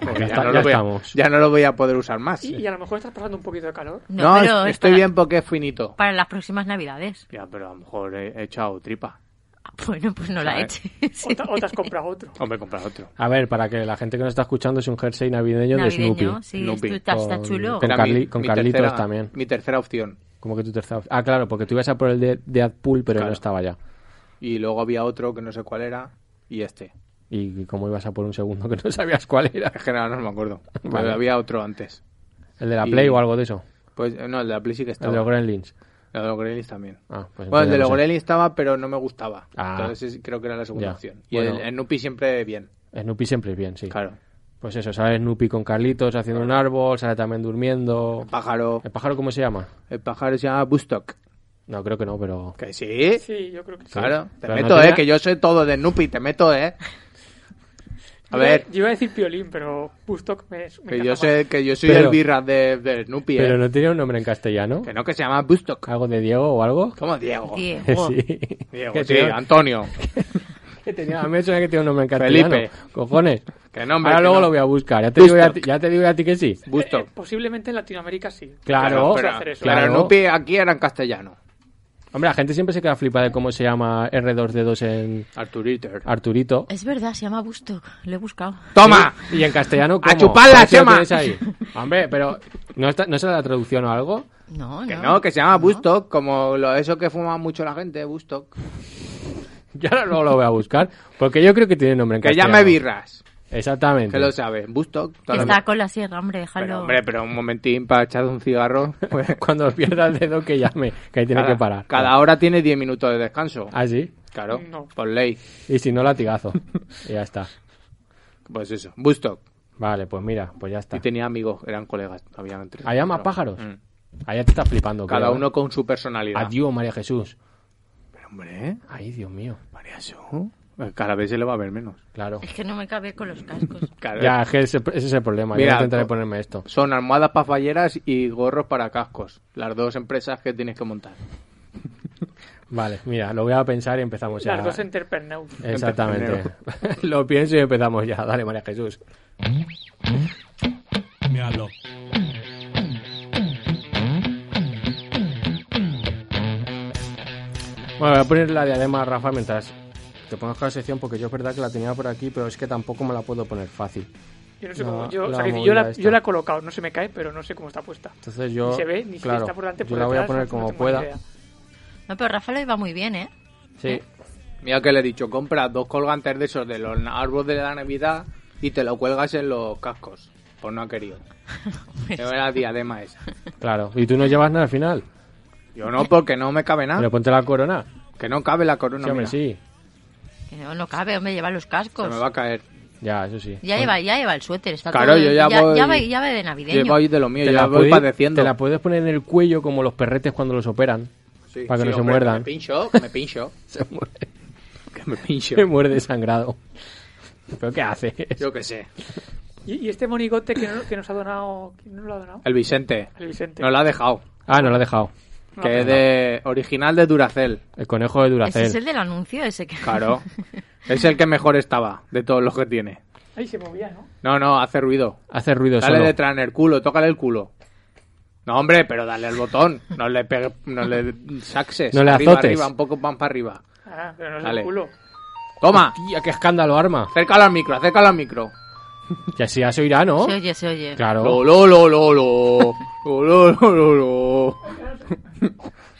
[SPEAKER 5] Porque
[SPEAKER 4] está- Pues ya
[SPEAKER 5] lo voy a-
[SPEAKER 4] estamos.
[SPEAKER 5] ya no lo voy a poder usar más.
[SPEAKER 3] Y, y a lo mejor estás pasando un poquito de calor.
[SPEAKER 5] No,
[SPEAKER 7] pero
[SPEAKER 5] es-
[SPEAKER 7] es
[SPEAKER 5] estoy
[SPEAKER 7] para-
[SPEAKER 5] bien porque es finito.
[SPEAKER 7] Para las próximas navidades.
[SPEAKER 5] Ya, pero a lo mejor he he echado tripa.
[SPEAKER 7] Ah, Bueno, pues no la
[SPEAKER 5] Vale.
[SPEAKER 7] eches.
[SPEAKER 3] O, te- o te has comprado otro.
[SPEAKER 5] O me he comprado otro.
[SPEAKER 4] A ver, para que la gente que nos está escuchando es un jersey navideño, de
[SPEAKER 7] Navideño,
[SPEAKER 4] Snoopy.
[SPEAKER 7] sí,
[SPEAKER 5] Snoopy.
[SPEAKER 7] esto está, está
[SPEAKER 4] Con-
[SPEAKER 7] chulo.
[SPEAKER 4] con-
[SPEAKER 5] Era mi-
[SPEAKER 4] Carli- con
[SPEAKER 5] mi
[SPEAKER 4] Carlitos
[SPEAKER 5] tercera-
[SPEAKER 4] también.
[SPEAKER 5] Mi tercera opción.
[SPEAKER 4] Como que tu tercera. Ah, claro, porque tú ibas a por el de Deadpool, pero no
[SPEAKER 5] Claro.
[SPEAKER 4] estaba ya.
[SPEAKER 5] Y luego había otro que no sé cuál era. Y este.
[SPEAKER 4] Y como ibas a por un segundo que no sabías cuál era.
[SPEAKER 5] Es que no, no me acuerdo. Pero
[SPEAKER 4] Vale.
[SPEAKER 5] había otro antes.
[SPEAKER 4] El de la
[SPEAKER 5] Y-
[SPEAKER 4] Play o algo de eso.
[SPEAKER 5] Pues eh, no, el de la Play sí que
[SPEAKER 4] El
[SPEAKER 5] estaba.
[SPEAKER 4] de los Gremlins.
[SPEAKER 5] El de los Gremlins también.
[SPEAKER 4] Ah, pues
[SPEAKER 5] bueno, el
[SPEAKER 4] entonces
[SPEAKER 5] de
[SPEAKER 4] ya
[SPEAKER 5] los
[SPEAKER 4] no sé.
[SPEAKER 5] Gremlins estaba, pero no me gustaba.
[SPEAKER 4] Ah.
[SPEAKER 5] Entonces creo que era la segunda
[SPEAKER 4] Ya.
[SPEAKER 5] opción. Y
[SPEAKER 4] Bueno.
[SPEAKER 5] el, el Nupi siempre bien.
[SPEAKER 4] Snoopy siempre es bien, sí.
[SPEAKER 5] Claro.
[SPEAKER 4] Pues eso, sale Snoopy con Carlitos haciendo un árbol, sale también durmiendo.
[SPEAKER 5] El pájaro,
[SPEAKER 4] ¿El pájaro cómo se llama?
[SPEAKER 5] el pájaro se llama Bustock.
[SPEAKER 4] No, creo que no, pero.
[SPEAKER 5] Que sí.
[SPEAKER 3] Sí, yo creo que sí.
[SPEAKER 5] Claro. Te
[SPEAKER 4] Pero no
[SPEAKER 5] meto,
[SPEAKER 4] tenía-
[SPEAKER 5] eh, que yo sé todo de Nupi, te meto, eh. A
[SPEAKER 3] Yo-
[SPEAKER 5] ver,
[SPEAKER 3] Yo, iba a decir piolín, pero Bustock me, me
[SPEAKER 5] que
[SPEAKER 3] encanta
[SPEAKER 5] yo
[SPEAKER 3] más.
[SPEAKER 5] sé que yo soy
[SPEAKER 4] Pero-
[SPEAKER 5] el birra de, de Nupi, eh.
[SPEAKER 4] Pero no tenía un nombre en castellano.
[SPEAKER 5] Que no, que se llama Bustock.
[SPEAKER 4] ¿Algo de Diego o algo?
[SPEAKER 5] ¿Cómo Diego?
[SPEAKER 7] Diego.
[SPEAKER 4] Sí.
[SPEAKER 5] Diego,
[SPEAKER 4] Que
[SPEAKER 5] sí,
[SPEAKER 4] tenía-
[SPEAKER 5] Antonio.
[SPEAKER 4] que tenía-
[SPEAKER 3] Eh,
[SPEAKER 4] a mí me suena que tiene un nombre en castellano.
[SPEAKER 5] Felipe.
[SPEAKER 4] Cojones.
[SPEAKER 5] Que no, hombre,
[SPEAKER 4] Ahora
[SPEAKER 5] que
[SPEAKER 4] luego
[SPEAKER 5] no.
[SPEAKER 4] lo voy a buscar. Ya te, digo yo a ti,
[SPEAKER 5] Bustock.
[SPEAKER 4] ya te digo yo a ti que sí.
[SPEAKER 3] Eh, eh,
[SPEAKER 5] Bustock.
[SPEAKER 3] posiblemente en Latinoamérica sí.
[SPEAKER 4] Claro,
[SPEAKER 3] Vamos a
[SPEAKER 5] pero,
[SPEAKER 3] hacer eso.
[SPEAKER 5] pero
[SPEAKER 4] claro.
[SPEAKER 5] Nupi aquí era en castellano.
[SPEAKER 4] Hombre, la gente siempre se queda flipada de cómo se llama R2D2 en
[SPEAKER 5] Arturito.
[SPEAKER 4] Arturito.
[SPEAKER 7] Es verdad, se llama Bustock. Lo he buscado.
[SPEAKER 5] ¡Toma!
[SPEAKER 4] Sí, Y en castellano,
[SPEAKER 5] ¡A
[SPEAKER 4] ¿cómo?
[SPEAKER 5] chuparla,
[SPEAKER 4] ¿Por qué lo
[SPEAKER 5] Chema!
[SPEAKER 4] tienes ahí? Hombre, pero ¿no, está, ¿no será la traducción o algo?
[SPEAKER 7] No,
[SPEAKER 5] Que
[SPEAKER 7] no.
[SPEAKER 5] no, que se llama Bustock, como lo, eso que fuma mucho la gente, Bustock.
[SPEAKER 4] Yo ahora luego lo voy a buscar, porque yo creo que tiene nombre en
[SPEAKER 5] Que
[SPEAKER 4] castellano.
[SPEAKER 5] llame birras,
[SPEAKER 4] Exactamente.
[SPEAKER 5] que lo sabe, Bustock. todo lo-
[SPEAKER 7] Está con la sierra, hombre, déjalo.
[SPEAKER 5] Pero, hombre, pero un momentín para echar un cigarro. pues,
[SPEAKER 4] Cuando pierda el dedo, que llame, que ahí tiene
[SPEAKER 5] cada-
[SPEAKER 4] que parar.
[SPEAKER 5] Cada hora tiene 10 minutos de descanso.
[SPEAKER 4] Ah, sí.
[SPEAKER 5] Claro,
[SPEAKER 3] No.
[SPEAKER 5] por ley.
[SPEAKER 4] Y si no, latigazo. y ya está.
[SPEAKER 5] Pues eso, Bustock.
[SPEAKER 4] Vale, pues mira, pues ya está.
[SPEAKER 5] Y tenía amigos, eran colegas. Había entre
[SPEAKER 4] ¿Hay más pájaros?
[SPEAKER 5] Mm.
[SPEAKER 4] Allá te estás flipando.
[SPEAKER 5] Cada
[SPEAKER 4] creo, ¿eh?
[SPEAKER 5] uno con su personalidad.
[SPEAKER 4] Adiós, María Jesús.
[SPEAKER 5] Pero, hombre, ¿eh?
[SPEAKER 4] Ay, Dios mío.
[SPEAKER 5] María Jesús.
[SPEAKER 4] Pues
[SPEAKER 5] Cada vez se le va a ver menos.
[SPEAKER 4] Claro.
[SPEAKER 7] Es que no me cabe con los cascos.
[SPEAKER 5] Claro.
[SPEAKER 4] Ya, es que ese, ese es el problema. Yo
[SPEAKER 5] Mira,
[SPEAKER 4] intentaré
[SPEAKER 5] co-
[SPEAKER 4] ponerme esto.
[SPEAKER 5] Son almohadas para falleras y gorros para cascos. Las dos empresas que tienes que montar.
[SPEAKER 4] Vale, mira, lo voy a pensar y empezamos ya.
[SPEAKER 3] Las dos entrepreneurs.
[SPEAKER 4] Exactamente. lo pienso y empezamos ya. Dale, María Jesús.
[SPEAKER 6] Miradlo.
[SPEAKER 4] Bueno, voy a poner la diadema, Rafa, mientras te pongas con la sección, porque yo es verdad que la tenía por aquí, pero es que tampoco me la puedo poner fácil.
[SPEAKER 3] Yo no sé cómo.
[SPEAKER 4] La-
[SPEAKER 3] Yo, o
[SPEAKER 4] la
[SPEAKER 3] sea, que yo,
[SPEAKER 4] movida
[SPEAKER 3] la,
[SPEAKER 4] esta.
[SPEAKER 3] yo la he colocado, no se me cae, pero no sé cómo está puesta.
[SPEAKER 4] Entonces yo,
[SPEAKER 3] Ni se ve, ni si
[SPEAKER 4] claro,
[SPEAKER 3] está por delante,
[SPEAKER 4] yo
[SPEAKER 3] por
[SPEAKER 4] la voy a
[SPEAKER 3] detrás,
[SPEAKER 4] poner
[SPEAKER 3] no
[SPEAKER 4] como
[SPEAKER 3] tengo ni
[SPEAKER 4] pueda.
[SPEAKER 3] idea.
[SPEAKER 7] No, pero Rafa le iba muy bien, ¿eh?
[SPEAKER 4] Sí,
[SPEAKER 5] Mira que le he dicho, compra dos colgantes de esos de los árboles de la Navidad y te lo cuelgas en los cascos. Pues no ha querido.
[SPEAKER 7] Pues,
[SPEAKER 5] Lleva la diadema esa.
[SPEAKER 4] claro. Y tú no llevas nada al final.
[SPEAKER 5] Yo no, porque no me cabe
[SPEAKER 3] ¿Ah?
[SPEAKER 4] Pero
[SPEAKER 5] nada.
[SPEAKER 4] ponte la corona.
[SPEAKER 5] Que no cabe la corona.
[SPEAKER 4] Sí, hombre,
[SPEAKER 5] mira.
[SPEAKER 4] sí.
[SPEAKER 7] que no, no cabe, hombre, lleva los cascos.
[SPEAKER 5] Se me va a caer.
[SPEAKER 4] Ya, eso sí.
[SPEAKER 7] Ya lleva, ya lleva el suéter, está
[SPEAKER 5] Claro,
[SPEAKER 7] todo-
[SPEAKER 5] yo ya voy-
[SPEAKER 7] ya, va, ya va de navideño.
[SPEAKER 5] Yo voy de lo mío, yo ya voy
[SPEAKER 4] puedes,
[SPEAKER 5] padeciendo.
[SPEAKER 4] te la puedes poner en el cuello como los perretes cuando los operan.
[SPEAKER 5] Sí,
[SPEAKER 4] para que
[SPEAKER 5] sí,
[SPEAKER 4] no se
[SPEAKER 5] hombre,
[SPEAKER 4] muerdan.
[SPEAKER 5] que Me pincho, que me pincho.
[SPEAKER 4] Se muere,
[SPEAKER 5] Que me pincho.
[SPEAKER 4] se muere desangrado. ¿Pero qué hace?
[SPEAKER 5] Yo qué sé.
[SPEAKER 3] ¿Y, y este monigote que, no- que nos ha donado. ¿Quién nos lo ha donado?
[SPEAKER 5] El Vicente.
[SPEAKER 3] El Vicente.
[SPEAKER 5] No lo ha dejado.
[SPEAKER 4] Ah, no lo ha dejado.
[SPEAKER 5] Que es de original de Duracel.
[SPEAKER 4] El conejo de
[SPEAKER 7] Ese
[SPEAKER 4] Duracell.
[SPEAKER 7] es el del anuncio, ese que...
[SPEAKER 5] Claro. es el que mejor estaba de todos los que tiene.
[SPEAKER 3] Ahí se movía, ¿no?
[SPEAKER 5] No, no, hace ruido.
[SPEAKER 4] Hace ruido
[SPEAKER 5] Dale
[SPEAKER 4] solo.
[SPEAKER 5] detrás en el culo, tócale el culo. No, hombre, pero dale al botón. No le pegue, no le saxes.
[SPEAKER 4] No le
[SPEAKER 5] arriba,
[SPEAKER 4] azotes.
[SPEAKER 5] arriba, un poco más para arriba.
[SPEAKER 3] Ah, pero no es
[SPEAKER 5] Dale.
[SPEAKER 3] el culo.
[SPEAKER 5] Toma,
[SPEAKER 4] Tía, qué escándalo arma.
[SPEAKER 5] acércalo al micro, acércalo al micro.
[SPEAKER 4] Y así ya se oirá, ¿no?
[SPEAKER 7] Se oye, se oye.
[SPEAKER 4] Claro.
[SPEAKER 5] Lo, lo, lo, lo, lo. Lo, lo, lo, lo, lo.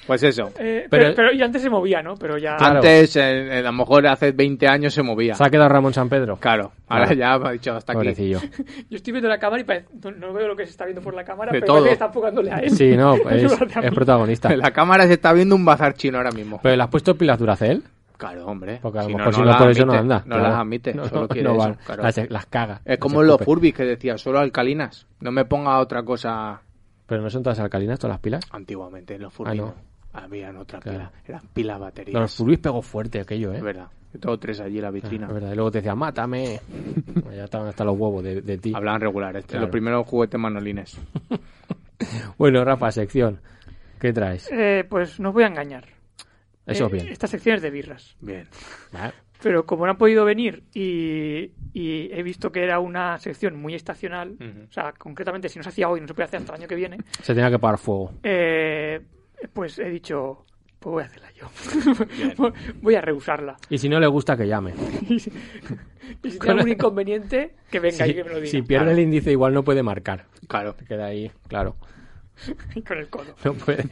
[SPEAKER 5] Pues eso.
[SPEAKER 3] Eh,
[SPEAKER 4] Pero-
[SPEAKER 3] pero, pero, y antes se movía, ¿no? Pero ya.
[SPEAKER 4] Claro.
[SPEAKER 5] Antes, en- en- a lo mejor hace 20 años se movía.
[SPEAKER 4] Se ha quedado Ramón San Pedro.
[SPEAKER 5] Claro, ahora
[SPEAKER 4] Claro.
[SPEAKER 5] ya me ha dicho hasta aquí.
[SPEAKER 4] Pobrecillo.
[SPEAKER 3] Yo estoy viendo la cámara y parece- no, no veo lo que se está viendo por la cámara,
[SPEAKER 5] De
[SPEAKER 3] pero parece
[SPEAKER 5] todo.
[SPEAKER 3] que está enfocándole a él.
[SPEAKER 4] Eh, Sí, no,
[SPEAKER 3] En
[SPEAKER 4] es,
[SPEAKER 3] lugar de a
[SPEAKER 4] es
[SPEAKER 3] mí.
[SPEAKER 4] protagonista.
[SPEAKER 5] En la cámara se está viendo un bazar chino ahora mismo.
[SPEAKER 4] ¿Pero le has puesto pilas Duracell?
[SPEAKER 5] Claro, hombre.
[SPEAKER 4] Porque a lo
[SPEAKER 5] Si
[SPEAKER 4] mejor si
[SPEAKER 5] las
[SPEAKER 4] no por eso no
[SPEAKER 5] admite.
[SPEAKER 4] anda.
[SPEAKER 5] No
[SPEAKER 4] claro.
[SPEAKER 5] las admite,
[SPEAKER 4] No,
[SPEAKER 5] solo
[SPEAKER 4] no,
[SPEAKER 5] quiere
[SPEAKER 4] no
[SPEAKER 5] eso,
[SPEAKER 4] van.
[SPEAKER 5] claro.
[SPEAKER 4] Las, las caga.
[SPEAKER 5] Es
[SPEAKER 4] no
[SPEAKER 5] como
[SPEAKER 4] se
[SPEAKER 5] los
[SPEAKER 4] preocupe.
[SPEAKER 5] Furbis que decía, solo alcalinas. No me ponga otra cosa
[SPEAKER 4] Pero no son todas alcalinas, todas las pilas.
[SPEAKER 5] antiguamente. Los Furbis
[SPEAKER 4] Ah, no.
[SPEAKER 5] no. Habían otra
[SPEAKER 4] Claro.
[SPEAKER 5] pila. Eran pilas baterías.
[SPEAKER 4] Los Furbis pegó fuerte aquello, ¿eh?
[SPEAKER 5] Es verdad. Yo tengo tres allí en la
[SPEAKER 4] Ah,
[SPEAKER 5] vitrina.
[SPEAKER 4] es verdad. Y luego te decía, mátame. Bueno, ya estaban hasta los huevos de, de ti.
[SPEAKER 5] Hablaban regulares.
[SPEAKER 4] Claro.
[SPEAKER 5] Los primeros juguetes manolines.
[SPEAKER 4] Bueno, Rafa, sección. ¿Qué traes?
[SPEAKER 3] Eh, pues no os voy a engañar.
[SPEAKER 4] Eso es
[SPEAKER 3] Eh,
[SPEAKER 4] bien.
[SPEAKER 3] Esta sección es de birras.
[SPEAKER 5] Bien.
[SPEAKER 4] Vale.
[SPEAKER 3] Pero como no han podido venir y, y he visto que era una sección muy estacional,
[SPEAKER 5] Ujú.
[SPEAKER 3] o sea, concretamente si no se hacía hoy, no se puede hacer hasta el año que viene,
[SPEAKER 4] Se tenía que pagar fuego.
[SPEAKER 3] eh, pues he dicho, pues voy a hacerla yo. voy a rehusarla.
[SPEAKER 4] Y si no le gusta, que llame.
[SPEAKER 3] Y si, y si tiene algún inconveniente, que venga y que me lo
[SPEAKER 4] si,
[SPEAKER 3] diga.
[SPEAKER 4] si pierde el índice, igual no puede marcar.
[SPEAKER 5] Claro.
[SPEAKER 4] Se queda ahí, claro.
[SPEAKER 3] Y Con el codo.
[SPEAKER 4] No puede.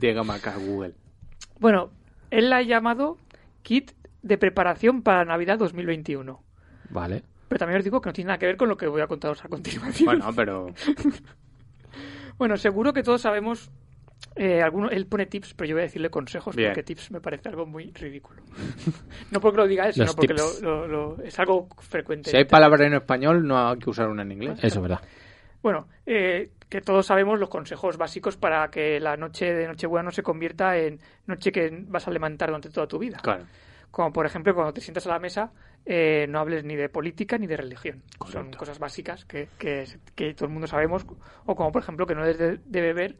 [SPEAKER 5] Tiene que marcar Google.
[SPEAKER 3] Bueno, él la ha llamado kit de preparación para Navidad 2021.
[SPEAKER 4] vale.
[SPEAKER 3] Pero también os digo que no tiene nada que ver con lo que voy a contaros a continuación.
[SPEAKER 5] Bueno, pero...
[SPEAKER 3] Bueno, seguro que todos sabemos. Eh, alguno, él pone tips, pero yo voy a decirle consejos
[SPEAKER 5] Bien.
[SPEAKER 3] porque tips me parece algo muy ridículo. no porque lo diga él,
[SPEAKER 4] Los
[SPEAKER 3] sino porque
[SPEAKER 4] tips.
[SPEAKER 3] lo- lo- lo- es algo frecuente.
[SPEAKER 5] Si hay palabras en español, no hay que usar una en inglés.
[SPEAKER 4] Eso es verdad.
[SPEAKER 3] Bueno, eh, que todos sabemos los consejos básicos para que la noche de Nochebuena no se convierta en noche que vas a levantar durante toda tu vida.
[SPEAKER 5] Claro.
[SPEAKER 3] Como por ejemplo, cuando te sientas a la mesa, eh, no hables ni de política ni de religión. Son
[SPEAKER 5] Correcto.
[SPEAKER 3] cosas básicas que, que, que todo el mundo sabemos. O como por ejemplo, que no debes de, de beber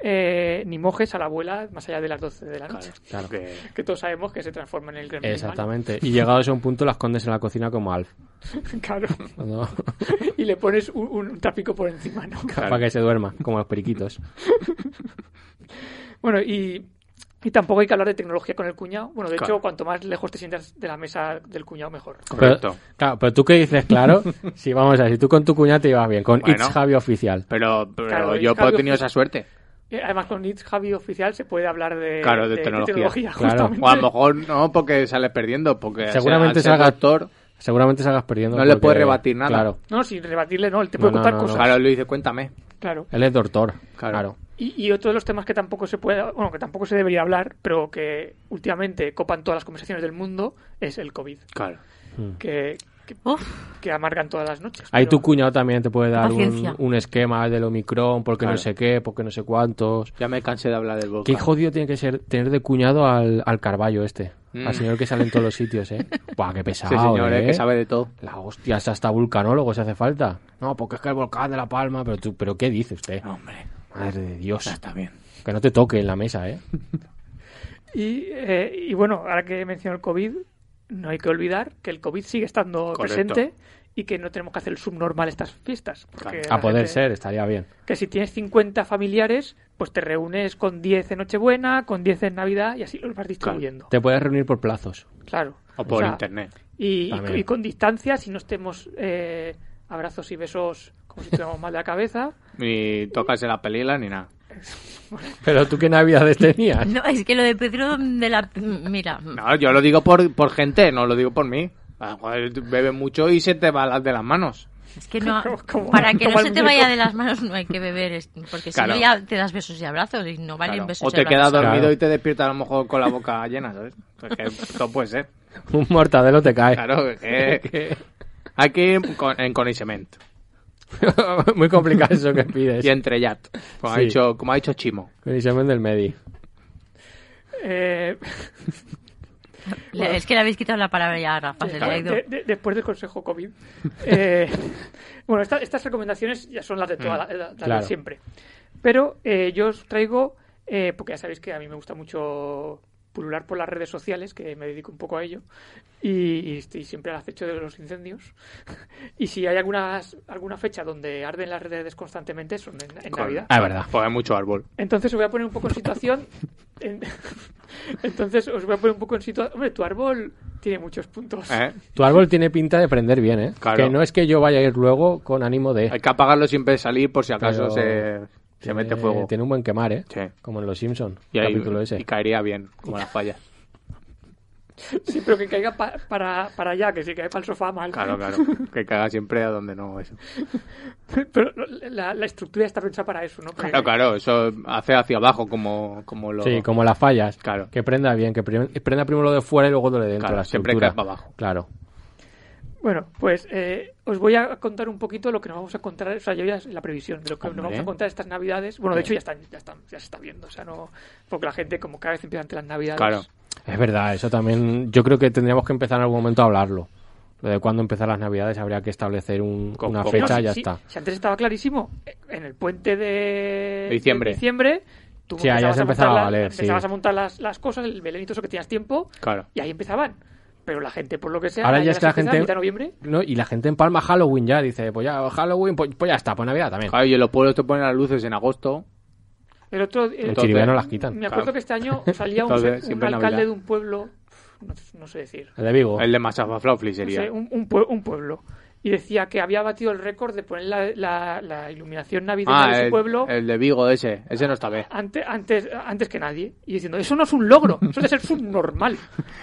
[SPEAKER 3] eh, ni mojes a la abuela más allá de las 12 de la noche.
[SPEAKER 4] Claro.
[SPEAKER 5] Que-
[SPEAKER 3] Que todos sabemos que se transforma en el gremlin. malo.
[SPEAKER 4] Exactamente. Y llegados a un punto, las condes en la cocina como Alf.
[SPEAKER 3] Claro.
[SPEAKER 4] ¿no?
[SPEAKER 3] Y le pones un, un, tráfico por encima, ¿no?
[SPEAKER 4] Para que se duerma, como los periquitos.
[SPEAKER 3] Bueno, y, y tampoco hay que hablar de tecnología con el cuñado. Bueno, de
[SPEAKER 5] Claro.
[SPEAKER 3] hecho, cuanto más lejos te sientas de la mesa del cuñado, mejor.
[SPEAKER 5] Correcto.
[SPEAKER 4] Pero, claro, pero tú que dices, claro, si vamos a ver, si tú con tu cuñada te ibas bien, con
[SPEAKER 5] Bueno.
[SPEAKER 4] It's Javi oficial.
[SPEAKER 5] Pero, pero
[SPEAKER 3] Claro,
[SPEAKER 5] yo
[SPEAKER 3] es que
[SPEAKER 5] he tenido
[SPEAKER 3] había-
[SPEAKER 5] esa suerte.
[SPEAKER 3] Eh, Además, con It's Javi oficial se puede hablar de,
[SPEAKER 5] Claro, de tecnología.
[SPEAKER 4] Claro.
[SPEAKER 3] justamente.
[SPEAKER 5] O a lo mejor no, porque sales perdiendo. Porque al ser-
[SPEAKER 4] Seguramente
[SPEAKER 5] al ser
[SPEAKER 4] salga-
[SPEAKER 5] doctor,
[SPEAKER 4] Seguramente salgas perdiendo.
[SPEAKER 5] No le
[SPEAKER 4] porque-
[SPEAKER 5] puedes rebatir nada.
[SPEAKER 4] Claro.
[SPEAKER 3] No, sin rebatirle, no, él te puede
[SPEAKER 4] No, no,
[SPEAKER 3] contar
[SPEAKER 4] no, no.
[SPEAKER 3] cosas.
[SPEAKER 5] Claro, lo dice, cuéntame.
[SPEAKER 3] Claro.
[SPEAKER 4] Él es doctor. Claro.
[SPEAKER 5] Claro.
[SPEAKER 3] Y, y otro de los temas que tampoco se puede, bueno, que tampoco se debería hablar, pero que últimamente copan todas las conversaciones del mundo, es el COVID,
[SPEAKER 5] Claro.
[SPEAKER 3] que, que,
[SPEAKER 7] Uf,
[SPEAKER 3] que amargan todas las noches.
[SPEAKER 4] Ahí
[SPEAKER 3] pero-
[SPEAKER 4] tu cuñado también te puede dar un,
[SPEAKER 7] Paciencia.
[SPEAKER 4] un esquema del Omicron, porque no
[SPEAKER 5] Claro.
[SPEAKER 4] sé qué, porque no sé cuántos.
[SPEAKER 5] Ya me cansé de hablar del boca.
[SPEAKER 4] Qué jodido tiene que ser tener de cuñado al, al Carballo este.
[SPEAKER 5] Mm.
[SPEAKER 4] Al señor que sale en todos los sitios, ¿eh? Buah, qué pesado,
[SPEAKER 5] Ese señor,
[SPEAKER 4] ¿eh?
[SPEAKER 5] eh, que sabe de todo.
[SPEAKER 4] La hostia, es hasta vulcanólogo se hace falta. No, porque es que el volcán de La Palma, pero tú, pero ¿qué dice usted?
[SPEAKER 5] Hombre,
[SPEAKER 4] Madre de Dios.
[SPEAKER 5] está bien.
[SPEAKER 4] Que no te toque en la mesa, ¿eh?
[SPEAKER 3] Y, eh, y bueno, ahora que menciono el COVID, no hay que olvidar que el COVID sigue estando
[SPEAKER 5] Correcto.
[SPEAKER 3] presente y que no tenemos que hacer el subnormal estas fiestas. porque
[SPEAKER 4] A
[SPEAKER 3] la
[SPEAKER 4] poder
[SPEAKER 3] gente-
[SPEAKER 4] ser, estaría bien.
[SPEAKER 3] Que si tienes 50 familiares, pues te reúnes con 10 en Nochebuena, con 10 en Navidad y así los vas distribuyendo.
[SPEAKER 4] Te puedes reunir por plazos.
[SPEAKER 3] Claro.
[SPEAKER 5] O por
[SPEAKER 3] sea,
[SPEAKER 5] internet.
[SPEAKER 3] Y, y-
[SPEAKER 4] También.
[SPEAKER 3] y con distancia, si no estemos eh, abrazos y besos como si estuviéramos mal de la cabeza.
[SPEAKER 5] Ni tocarse la pelila ni nada.
[SPEAKER 4] Pero tú qué navidades tenías.
[SPEAKER 7] No, es que lo de Pedro de la... Mira,
[SPEAKER 5] No, yo lo digo por, por gente, no lo digo por mí. Ah, joder, tú bebes mucho y se te va la- de las manos.
[SPEAKER 7] es que no...
[SPEAKER 3] Como- como-
[SPEAKER 7] Para que
[SPEAKER 3] como
[SPEAKER 7] no
[SPEAKER 3] el
[SPEAKER 7] se te
[SPEAKER 3] muñeco.
[SPEAKER 7] vaya de las manos no hay que beber, es- porque
[SPEAKER 5] Claro.
[SPEAKER 7] si no ya te das besos y abrazos y no valen
[SPEAKER 5] Claro.
[SPEAKER 3] pues
[SPEAKER 7] besos
[SPEAKER 5] O
[SPEAKER 7] y
[SPEAKER 5] te
[SPEAKER 7] abrazos.
[SPEAKER 5] quedas dormido
[SPEAKER 4] Claro.
[SPEAKER 5] y te despiertas a lo mejor con la boca llena, ¿sabes? Porque todo puede ser.
[SPEAKER 4] Un mortadelo te cae.
[SPEAKER 5] Claro, es que hay que ir con, en con el cemento.
[SPEAKER 4] Muy complicado eso que pides.
[SPEAKER 5] Y entre yat. Como, ha
[SPEAKER 4] Sí.
[SPEAKER 5] dicho, como ha dicho Chimo.
[SPEAKER 4] Con examen del Medi.
[SPEAKER 3] eh,
[SPEAKER 7] Le- Es que le habéis quitado la palabra ya a Rafa, se le ha ido.
[SPEAKER 3] de- de- después del consejo COVID. Eh, bueno, esta- estas recomendaciones ya son las de toda la, la- las de
[SPEAKER 4] Claro.
[SPEAKER 3] siempre. Pero eh, yo os traigo, eh, porque ya sabéis que a mí me gusta mucho pulular por las redes sociales, que me dedico un poco a ello, y, y estoy siempre al acecho de los incendios. y si hay algunas, alguna fecha donde arden las redes constantemente, son en, en Navidad.
[SPEAKER 4] Ah, es verdad.
[SPEAKER 5] Pues hay mucho árbol.
[SPEAKER 3] Entonces os voy a poner un poco en situación. en- entonces os voy a poner un poco en situación. Hombre, tu árbol tiene muchos puntos.
[SPEAKER 5] ¿eh?
[SPEAKER 4] Tu árbol tiene pinta de prender bien, ¿eh?
[SPEAKER 5] Claro.
[SPEAKER 4] Que no es que yo vaya a ir luego con ánimo de...
[SPEAKER 5] Hay que apagarlo siempre salir por si acaso
[SPEAKER 4] Pero-
[SPEAKER 5] se, se
[SPEAKER 4] Tiene-
[SPEAKER 5] mete fuego.
[SPEAKER 4] Tiene un buen quemar, ¿eh?
[SPEAKER 5] Sí.
[SPEAKER 4] Como en Los Simpsons,
[SPEAKER 5] Y, ahí-
[SPEAKER 4] capítulo ese.
[SPEAKER 5] y caería bien, como las fallas.
[SPEAKER 3] Sí, pero que caiga pa- para, para allá, que si cae para el sofá mal.
[SPEAKER 5] Claro, claro. Que caga siempre a donde no. Eso.
[SPEAKER 3] Pero no, la, la estructura está pensada para eso, ¿no? Porque-
[SPEAKER 5] Claro, claro. Eso hace hacia abajo como, como lo...
[SPEAKER 4] Sí, como las fallas.
[SPEAKER 5] Claro.
[SPEAKER 4] Que prenda bien, que prim- prenda primero lo de fuera y luego lo de dentro.
[SPEAKER 5] Claro,
[SPEAKER 4] la
[SPEAKER 5] siempre
[SPEAKER 4] estructura.
[SPEAKER 5] cae para abajo.
[SPEAKER 4] Claro.
[SPEAKER 3] Bueno, pues eh, os voy a contar un poquito lo que nos vamos a encontrar, o sea, yo ya es la previsión de lo que nos
[SPEAKER 5] Hombre.
[SPEAKER 3] vamos a encontrar estas Navidades. Bueno, de hecho ya están, ya están, ya se está viendo, o sea, no, porque la gente como cada vez empieza ante las Navidades.
[SPEAKER 5] Claro.
[SPEAKER 4] Es verdad, eso también. Yo creo que tendríamos que empezar en algún momento a hablarlo. Lo de cuándo empezar las navidades habría que establecer un-
[SPEAKER 5] Con-
[SPEAKER 4] una
[SPEAKER 5] con-
[SPEAKER 4] fecha
[SPEAKER 3] No,
[SPEAKER 4] y ya
[SPEAKER 3] si-
[SPEAKER 4] está.
[SPEAKER 3] Si, si antes estaba clarísimo, eh, en el puente de
[SPEAKER 5] De diciembre.
[SPEAKER 3] de diciembre tú
[SPEAKER 4] Sí, ahí ya se
[SPEAKER 3] montar
[SPEAKER 4] empezaba a
[SPEAKER 3] la-
[SPEAKER 4] valer, sí.
[SPEAKER 3] empezabas a montar las, las cosas, el belenito eso que tenías tiempo,
[SPEAKER 5] Claro.
[SPEAKER 3] y ahí empezaban. Pero la gente, por lo que sea,
[SPEAKER 4] Ahora
[SPEAKER 3] ahí
[SPEAKER 4] ya es
[SPEAKER 3] las
[SPEAKER 4] que la
[SPEAKER 3] empieza a
[SPEAKER 4] gente-
[SPEAKER 3] mitad de noviembre.
[SPEAKER 4] No, y la gente empalma Halloween ya, dice, pues ya, Halloween, pues, pues ya está, pues Navidad también.
[SPEAKER 5] Claro, y en los pueblos te ponen las luces en agosto.
[SPEAKER 3] El otro, el-
[SPEAKER 4] en
[SPEAKER 5] Entonces-
[SPEAKER 4] Chirivía no las quitan.
[SPEAKER 3] me acuerdo
[SPEAKER 5] claro.
[SPEAKER 3] que este año salía un,
[SPEAKER 5] Entonces,
[SPEAKER 3] un
[SPEAKER 5] siempre
[SPEAKER 3] alcalde
[SPEAKER 5] en Navidad.
[SPEAKER 3] de un pueblo, no, no sé decir,
[SPEAKER 4] El de Vigo.
[SPEAKER 5] El de Masafaflaufli
[SPEAKER 3] no
[SPEAKER 5] sería.
[SPEAKER 3] sé, un, un pue- un pueblo, y decía que había batido el récord de poner la, la- la iluminación navideña de
[SPEAKER 5] ah,
[SPEAKER 3] su
[SPEAKER 5] el,
[SPEAKER 3] pueblo
[SPEAKER 5] el de Vigo ese. Ese no está bien.
[SPEAKER 3] ante- antes, antes que nadie, y diciendo, eso no es un logro, eso debe ser subnormal.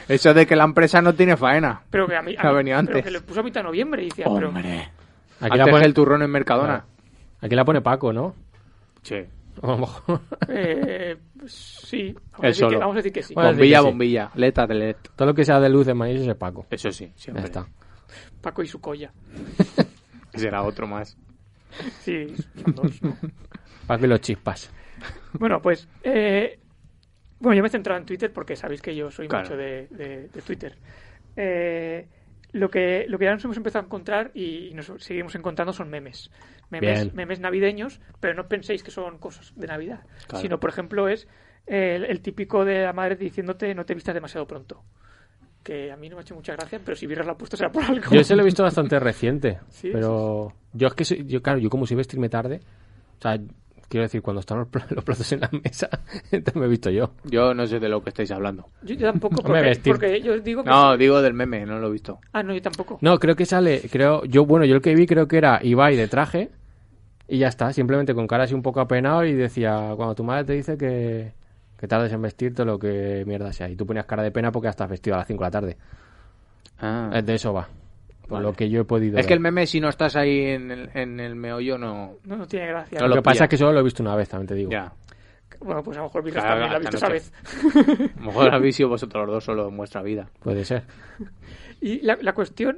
[SPEAKER 5] Eso de que la empresa no tiene faena.
[SPEAKER 3] Pero que a mí, a
[SPEAKER 5] Ha
[SPEAKER 3] mí-
[SPEAKER 5] venido
[SPEAKER 3] pero
[SPEAKER 5] antes.
[SPEAKER 3] que le puso a mitad de noviembre y decía, pero
[SPEAKER 4] Aquí la,
[SPEAKER 5] Antes
[SPEAKER 4] pone,
[SPEAKER 5] el turrón en Mercadona.
[SPEAKER 4] aquí la pone Paco, ¿no?
[SPEAKER 5] Sí.
[SPEAKER 4] A lo mejor.
[SPEAKER 3] eh, sí, vamos
[SPEAKER 5] Él
[SPEAKER 3] a, decir que,
[SPEAKER 5] solo.
[SPEAKER 3] vamos a decir que sí.
[SPEAKER 4] Bueno,
[SPEAKER 5] bombilla,
[SPEAKER 4] sí que sí.
[SPEAKER 5] bombilla. Leta de let.
[SPEAKER 4] Todo lo que sea de luz de maíz es Paco.
[SPEAKER 5] Eso sí,
[SPEAKER 4] Ya
[SPEAKER 5] siempre.
[SPEAKER 4] está.
[SPEAKER 3] Paco y su colla.
[SPEAKER 5] Será otro más.
[SPEAKER 3] Sí, son dos, ¿no?
[SPEAKER 4] Paco y los chispas.
[SPEAKER 3] Bueno, pues. eh, bueno, yo me he centrado en Twitter porque sabéis que yo soy
[SPEAKER 5] Claro.
[SPEAKER 3] mucho de, de- de Twitter. Eh, lo que, lo que ya nos hemos empezado a encontrar y, y nos seguimos encontrando son memes.
[SPEAKER 4] Bien.
[SPEAKER 3] Memes, memes navideños, pero no penséis que son cosas de Navidad.
[SPEAKER 5] Claro.
[SPEAKER 3] Sino, por ejemplo, es el, el típico de la madre diciéndote no te vistas demasiado pronto. Que a mí no me ha hecho mucha gracia, pero si vieras la puesto será por algo.
[SPEAKER 4] Yo se lo he visto bastante reciente,
[SPEAKER 3] Sí,
[SPEAKER 4] pero yo es que soy- yo claro, yo como soy vestirme tarde, o sea, quiero decir cuando están los, pla- los platos en la mesa, entonces me he visto yo.
[SPEAKER 5] Yo no sé de lo que estáis hablando.
[SPEAKER 3] Yo- yo tampoco,
[SPEAKER 4] Hombre,
[SPEAKER 3] porque,
[SPEAKER 4] vestir-
[SPEAKER 3] porque yo digo que.
[SPEAKER 5] No, digo del meme, no lo he visto.
[SPEAKER 3] Ah, no, yo tampoco.
[SPEAKER 4] No, creo que sale, creo, yo bueno, yo el que vi creo que era Ibai de traje y ya está, simplemente con cara así un poco apenado y decía, cuando tu madre te dice que que tardes en vestirte lo que mierda sea y tú ponías cara de pena porque ya estás vestido a las 5 de la tarde.
[SPEAKER 5] Ah.
[SPEAKER 4] Eh, De eso va. Por lo que yo he podido
[SPEAKER 5] Es que el
[SPEAKER 4] ver.
[SPEAKER 5] meme, si no estás ahí en el, en el meollo, no.
[SPEAKER 3] No, no tiene gracia.
[SPEAKER 5] No
[SPEAKER 4] lo,
[SPEAKER 5] lo
[SPEAKER 4] que pasa
[SPEAKER 5] pilla.
[SPEAKER 4] es que solo lo he visto una vez, también te digo.
[SPEAKER 5] Ya.
[SPEAKER 3] Bueno, pues a lo mejor Vilas
[SPEAKER 5] Claro,
[SPEAKER 3] también la ha
[SPEAKER 5] esta
[SPEAKER 3] visto esa
[SPEAKER 5] noche.
[SPEAKER 3] vez.
[SPEAKER 5] A lo mejor habéis sido vosotros los dos solo en vuestra vida.
[SPEAKER 4] Puede ser.
[SPEAKER 3] Y la, la cuestión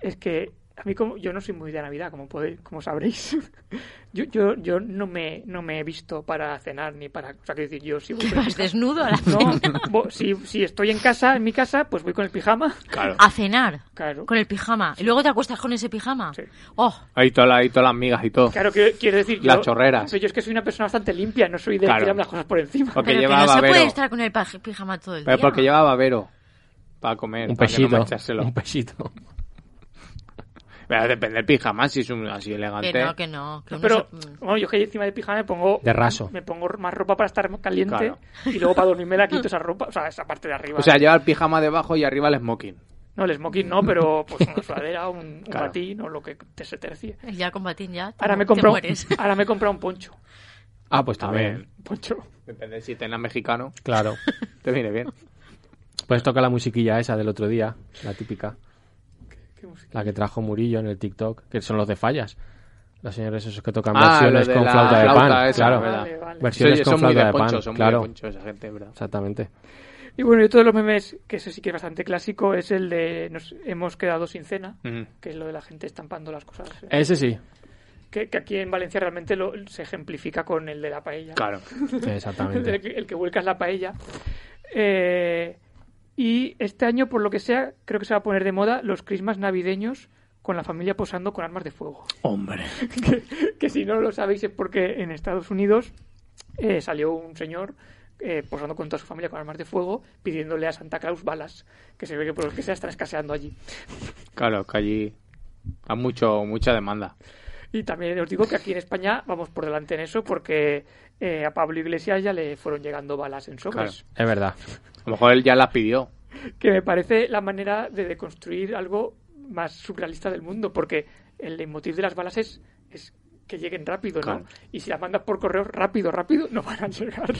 [SPEAKER 3] es que a mí como yo no soy muy de Navidad, como podéis, como sabréis. yo yo, yo no me no me he visto para cenar ni para, o sea, quiero decir, yo si
[SPEAKER 7] ¿Qué vas desnudo a, la
[SPEAKER 3] no,
[SPEAKER 7] cena?
[SPEAKER 3] bo- si, si estoy en casa, en mi casa, pues voy con el pijama.
[SPEAKER 5] Claro.
[SPEAKER 7] a cenar
[SPEAKER 3] Claro.
[SPEAKER 7] con el pijama y luego te acuestas con ese pijama.
[SPEAKER 3] Sí.
[SPEAKER 7] Oh,
[SPEAKER 5] Ahí todas las- ahí todas las migas y todo.
[SPEAKER 3] Claro, quiero, quiero decir yo,
[SPEAKER 5] Las chorreras.
[SPEAKER 3] Pero yo es que soy una persona bastante limpia, no soy de
[SPEAKER 5] Claro.
[SPEAKER 3] tirarme las cosas por encima.
[SPEAKER 5] Porque
[SPEAKER 7] pero que
[SPEAKER 5] lleva
[SPEAKER 7] no se
[SPEAKER 5] babero.
[SPEAKER 7] puede estar con el paj- pijama todo el
[SPEAKER 5] Pero
[SPEAKER 7] día.
[SPEAKER 5] porque lleva babero. para comer.
[SPEAKER 4] Un
[SPEAKER 5] para que no
[SPEAKER 4] pesito.
[SPEAKER 5] manchárselo.
[SPEAKER 4] un pesito.
[SPEAKER 5] Pero depende del pijama, si es un, así elegante.
[SPEAKER 7] Que no, que no. que uno
[SPEAKER 3] Pero,
[SPEAKER 7] se- mm,
[SPEAKER 3] bueno, yo que encima de pijama me pongo...
[SPEAKER 4] De raso.
[SPEAKER 3] Me pongo más ropa para estar más caliente
[SPEAKER 5] Claro.
[SPEAKER 3] y luego para dormir me la quito esa ropa, o sea, esa parte de arriba.
[SPEAKER 5] O sea, lleva el pijama debajo y arriba el smoking.
[SPEAKER 3] No, el smoking no, pero pues una sudadera, un, un
[SPEAKER 5] Claro.
[SPEAKER 3] batín o lo que te se tercie.
[SPEAKER 7] Ya con batín, ya. te-
[SPEAKER 3] Ahora me he
[SPEAKER 7] te
[SPEAKER 3] comprado,
[SPEAKER 7] mueres.
[SPEAKER 3] ahora me he comprado un poncho.
[SPEAKER 4] Ah, pues
[SPEAKER 5] A
[SPEAKER 4] también.
[SPEAKER 5] ver,
[SPEAKER 3] Un poncho.
[SPEAKER 5] depende si tenés mexicano,
[SPEAKER 4] Claro.
[SPEAKER 5] te viene bien.
[SPEAKER 4] Pues toca la musiquilla esa del otro día, la típica.
[SPEAKER 3] ¿Qué música?
[SPEAKER 4] La que trajo Murillo en el TikTok, que son los de fallas. Los señores esos que tocan
[SPEAKER 5] Ah,
[SPEAKER 4] versiones
[SPEAKER 5] lo de
[SPEAKER 4] con
[SPEAKER 5] la
[SPEAKER 4] flauta de
[SPEAKER 5] flauta
[SPEAKER 4] pan.
[SPEAKER 5] esa,
[SPEAKER 4] claro.
[SPEAKER 3] Vale, vale.
[SPEAKER 4] Versiones
[SPEAKER 5] Sí,
[SPEAKER 4] con
[SPEAKER 5] son muy
[SPEAKER 4] flauta
[SPEAKER 5] de
[SPEAKER 4] de
[SPEAKER 5] poncho,
[SPEAKER 4] pan.
[SPEAKER 5] son muy
[SPEAKER 4] claro.
[SPEAKER 5] de poncho esa gente, ¿verdad?
[SPEAKER 4] Exactamente.
[SPEAKER 3] Y bueno, y otro de los memes, que ese sí que es bastante clásico, es el de nos hemos quedado sin cena,
[SPEAKER 4] Mm.
[SPEAKER 5] Ujú.
[SPEAKER 3] que es lo de la gente estampando las cosas. ¿eh?
[SPEAKER 4] Ese sí.
[SPEAKER 3] Que, que aquí en Valencia realmente lo, se ejemplifica con el de la paella.
[SPEAKER 5] Claro.
[SPEAKER 3] el,
[SPEAKER 4] Exactamente.
[SPEAKER 3] de- el que vuelcas la paella. Eh, y este año, por lo que sea, creo que se va a poner de moda los crismas navideños con la familia posando con armas de fuego.
[SPEAKER 5] Hombre.
[SPEAKER 3] que, que si no lo sabéis es porque en Estados Unidos eh, salió un señor eh, posando con toda su familia con armas de fuego pidiéndole a Santa Claus balas, que se ve que por lo que sea están escaseando allí.
[SPEAKER 5] Claro, que allí hay mucho, mucha demanda.
[SPEAKER 3] Y también os digo que aquí en España vamos por delante en eso porque eh, a Pablo Iglesias ya le fueron llegando balas en sobres,
[SPEAKER 4] Es verdad.
[SPEAKER 5] A lo mejor él ya las pidió.
[SPEAKER 3] que me parece la manera de deconstruir algo más surrealista del mundo, porque el leitmotiv de las balas es, es que lleguen rápido, ¿no?
[SPEAKER 5] Claro.
[SPEAKER 3] Y si las mandas por correo rápido, rápido, no van a llegar.